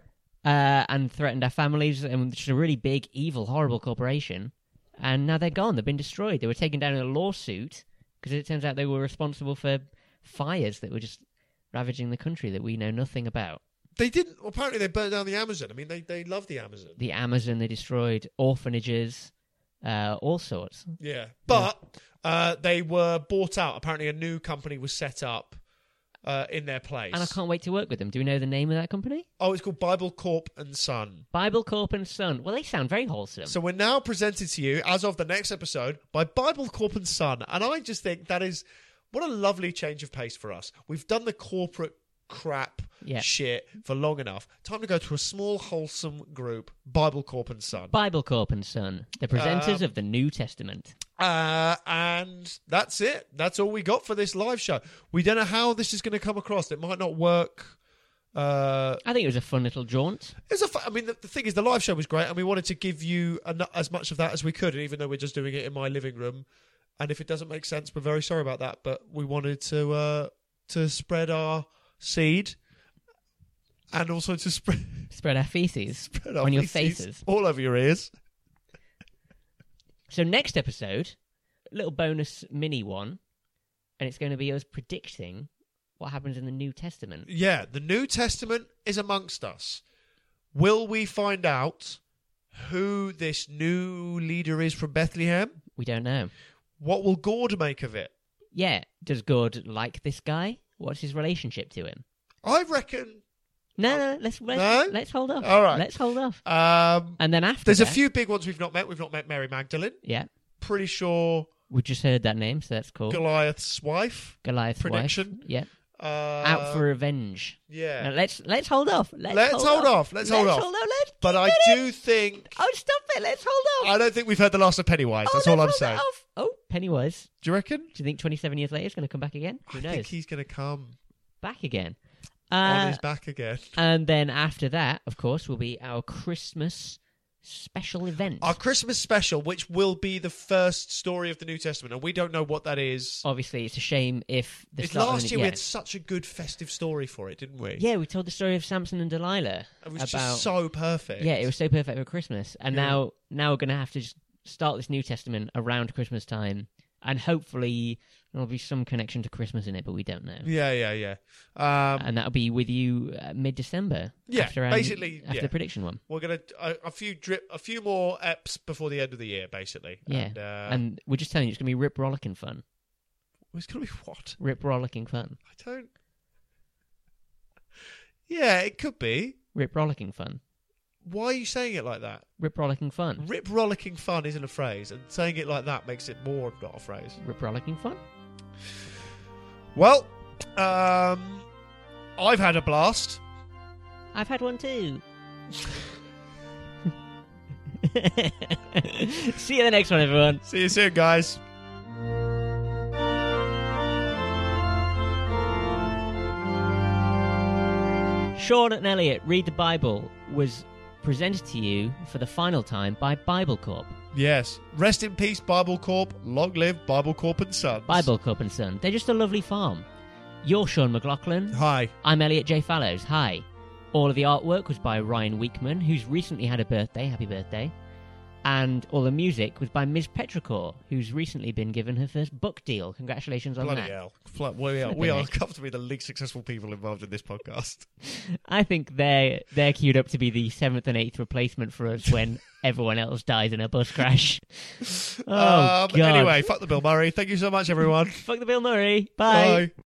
[SPEAKER 2] uh, and threatened our families, and it's a really big, evil, horrible corporation. And now they're gone. They've been destroyed. They were taken down in a lawsuit because it turns out they were responsible for fires that were just ravaging the country that we know nothing about.
[SPEAKER 1] They didn't. well, Apparently, they burned down the Amazon. I mean, they, they love the Amazon.
[SPEAKER 2] the Amazon. They destroyed orphanages, uh, all sorts.
[SPEAKER 1] Yeah. But Uh, they were bought out. Apparently, a new company was set up uh, in their place.
[SPEAKER 2] And I can't wait to work with them. Do we know the name of that company?
[SPEAKER 1] Oh, it's called Bible Corp and Son.
[SPEAKER 2] Bible Corp and Son. Well, they sound very wholesome.
[SPEAKER 1] So we're now presented to you, as of the next episode, by Bible Corp and Son. And I just think that is what a lovely change of pace for us. We've done the corporate crap
[SPEAKER 2] Yeah.
[SPEAKER 1] shit for long enough. Time to go to a small, wholesome group, Bible Corp and Son.
[SPEAKER 2] Bible Corp and Son, the presenters
[SPEAKER 1] Um,
[SPEAKER 2] of the New Testament.
[SPEAKER 1] Uh, and that's it. That's all we got for this live show. We don't know how this is going to come across. It might not work. Uh,
[SPEAKER 2] I think it was a fun little jaunt.
[SPEAKER 1] it's a. Fu- I mean, the, the thing is, the live show was great, and we wanted to give you an- as much of that as we could. And even though we're just doing it in my living room, and if it doesn't make sense, we're very sorry about that. But we wanted to uh, to spread our seed, and also to spread, <laughs>
[SPEAKER 2] Spread our feces
[SPEAKER 1] spread our
[SPEAKER 2] on your
[SPEAKER 1] feces
[SPEAKER 2] faces.
[SPEAKER 1] all over your ears.
[SPEAKER 2] So next episode, little bonus mini one, and it's going to be us predicting what happens in the New Testament.
[SPEAKER 1] yeah, the New Testament is amongst us. Will we find out who this new leader is from Bethlehem?
[SPEAKER 2] We don't know.
[SPEAKER 1] What will Gord make of it?
[SPEAKER 2] Yeah, does God like this guy? What's his relationship to him?
[SPEAKER 1] I reckon.
[SPEAKER 2] No, no, let's let's,
[SPEAKER 1] No?
[SPEAKER 2] let's hold off.
[SPEAKER 1] All right.
[SPEAKER 2] let's hold off.
[SPEAKER 1] Um,
[SPEAKER 2] And then after,
[SPEAKER 1] there's a
[SPEAKER 2] that-
[SPEAKER 1] few big ones we've not met. We've not met Mary Magdalene.
[SPEAKER 2] Yeah,
[SPEAKER 1] Pretty sure
[SPEAKER 2] we just heard that name, so that's cool.
[SPEAKER 1] Goliath's wife.
[SPEAKER 2] Goliath's
[SPEAKER 1] Prediction.
[SPEAKER 2] wife. Yeah,
[SPEAKER 1] Uh,
[SPEAKER 2] out for revenge.
[SPEAKER 1] yeah.
[SPEAKER 2] Now, let's let's hold off. Let's,
[SPEAKER 1] Let's
[SPEAKER 2] hold,
[SPEAKER 1] hold
[SPEAKER 2] off.
[SPEAKER 1] off. Let's hold off.
[SPEAKER 2] Let's,
[SPEAKER 1] but I
[SPEAKER 2] get it.
[SPEAKER 1] do think
[SPEAKER 2] Oh, stop it! Let's hold off.
[SPEAKER 1] I don't think we've heard the last of Pennywise.
[SPEAKER 2] Oh,
[SPEAKER 1] That's
[SPEAKER 2] let's
[SPEAKER 1] all I'm
[SPEAKER 2] hold
[SPEAKER 1] saying.
[SPEAKER 2] off. Oh, Pennywise.
[SPEAKER 1] Do you reckon?
[SPEAKER 2] Do you think 27 years later is going to come back again? Who
[SPEAKER 1] I
[SPEAKER 2] knows?
[SPEAKER 1] think he's going to come
[SPEAKER 2] Back again.
[SPEAKER 1] on
[SPEAKER 2] Uh,
[SPEAKER 1] his back again.
[SPEAKER 2] and then after that, of course, will be our Christmas special event.
[SPEAKER 1] Our Christmas special, which will be the first story of the New Testament, and we don't know what that is.
[SPEAKER 2] Obviously, Oh, it's a shame if the
[SPEAKER 1] It's
[SPEAKER 2] start of
[SPEAKER 1] last
[SPEAKER 2] the-
[SPEAKER 1] year we
[SPEAKER 2] yeah.
[SPEAKER 1] had such a good festive story for it, didn't we?
[SPEAKER 2] Yeah, we told the story of Samson and Delilah.
[SPEAKER 1] It was
[SPEAKER 2] about,
[SPEAKER 1] just so perfect.
[SPEAKER 2] Yeah, it was so perfect for Christmas. And
[SPEAKER 1] Yeah.
[SPEAKER 2] now now we're gonna have to just start this New Testament around Christmas time and hopefully there'll be some connection to Christmas in it, but we don't know.
[SPEAKER 1] Yeah, yeah, yeah. Um,
[SPEAKER 2] And that'll be with you uh, mid December.
[SPEAKER 1] Yeah,
[SPEAKER 2] after our,
[SPEAKER 1] basically,
[SPEAKER 2] after
[SPEAKER 1] yeah.
[SPEAKER 2] the prediction one.
[SPEAKER 1] we're gonna a, a few drip, a few more eps before the end of the year, basically.
[SPEAKER 2] Yeah,
[SPEAKER 1] And, uh,
[SPEAKER 2] and we're just telling you it's gonna be rip rollicking fun.
[SPEAKER 1] it's gonna be <laughs> what?
[SPEAKER 2] Rip rollicking fun.
[SPEAKER 1] I don't. Yeah, it could be.
[SPEAKER 2] Rip rollicking fun.
[SPEAKER 1] Why are you saying it like that?
[SPEAKER 2] Rip rollicking fun.
[SPEAKER 1] Rip rollicking fun isn't a phrase, and saying it like that makes it more not a phrase.
[SPEAKER 2] Rip rollicking fun.
[SPEAKER 1] Well, um, I've had a blast.
[SPEAKER 2] I've had one too. <laughs> See you in the next one, everyone.
[SPEAKER 1] See you soon, guys.
[SPEAKER 2] Sean and Elliot Read the Bible was presented to you for the final time by Bible Corp.
[SPEAKER 1] Yes. Rest in peace, Bible Corp. Long live Bible Corp and Sons.
[SPEAKER 2] Bible Corp and Son. They're just a lovely farm. You're Sean McLaughlin.
[SPEAKER 1] Hi.
[SPEAKER 2] I'm Elliot J. Fallows. Hi. All of the artwork was by Ryan Weekman, who's recently had a birthday. Happy birthday. And all the music was by Ms. Petrichor, who's recently been given her first book deal. Congratulations on
[SPEAKER 1] Bloody
[SPEAKER 2] that.
[SPEAKER 1] hell. Fla- We are,
[SPEAKER 2] Flipping
[SPEAKER 1] we are
[SPEAKER 2] heck.
[SPEAKER 1] comfortably the least successful people involved in this podcast.
[SPEAKER 2] I think they're they're queued up to be the seventh and eighth replacement for us
[SPEAKER 1] <laughs>
[SPEAKER 2] when everyone else dies in a bus crash. Oh, God.
[SPEAKER 1] Um, Anyway, fuck the Bill Murray. Thank you so much, everyone.
[SPEAKER 2] Fuck the Bill Murray. Bye.
[SPEAKER 1] Bye.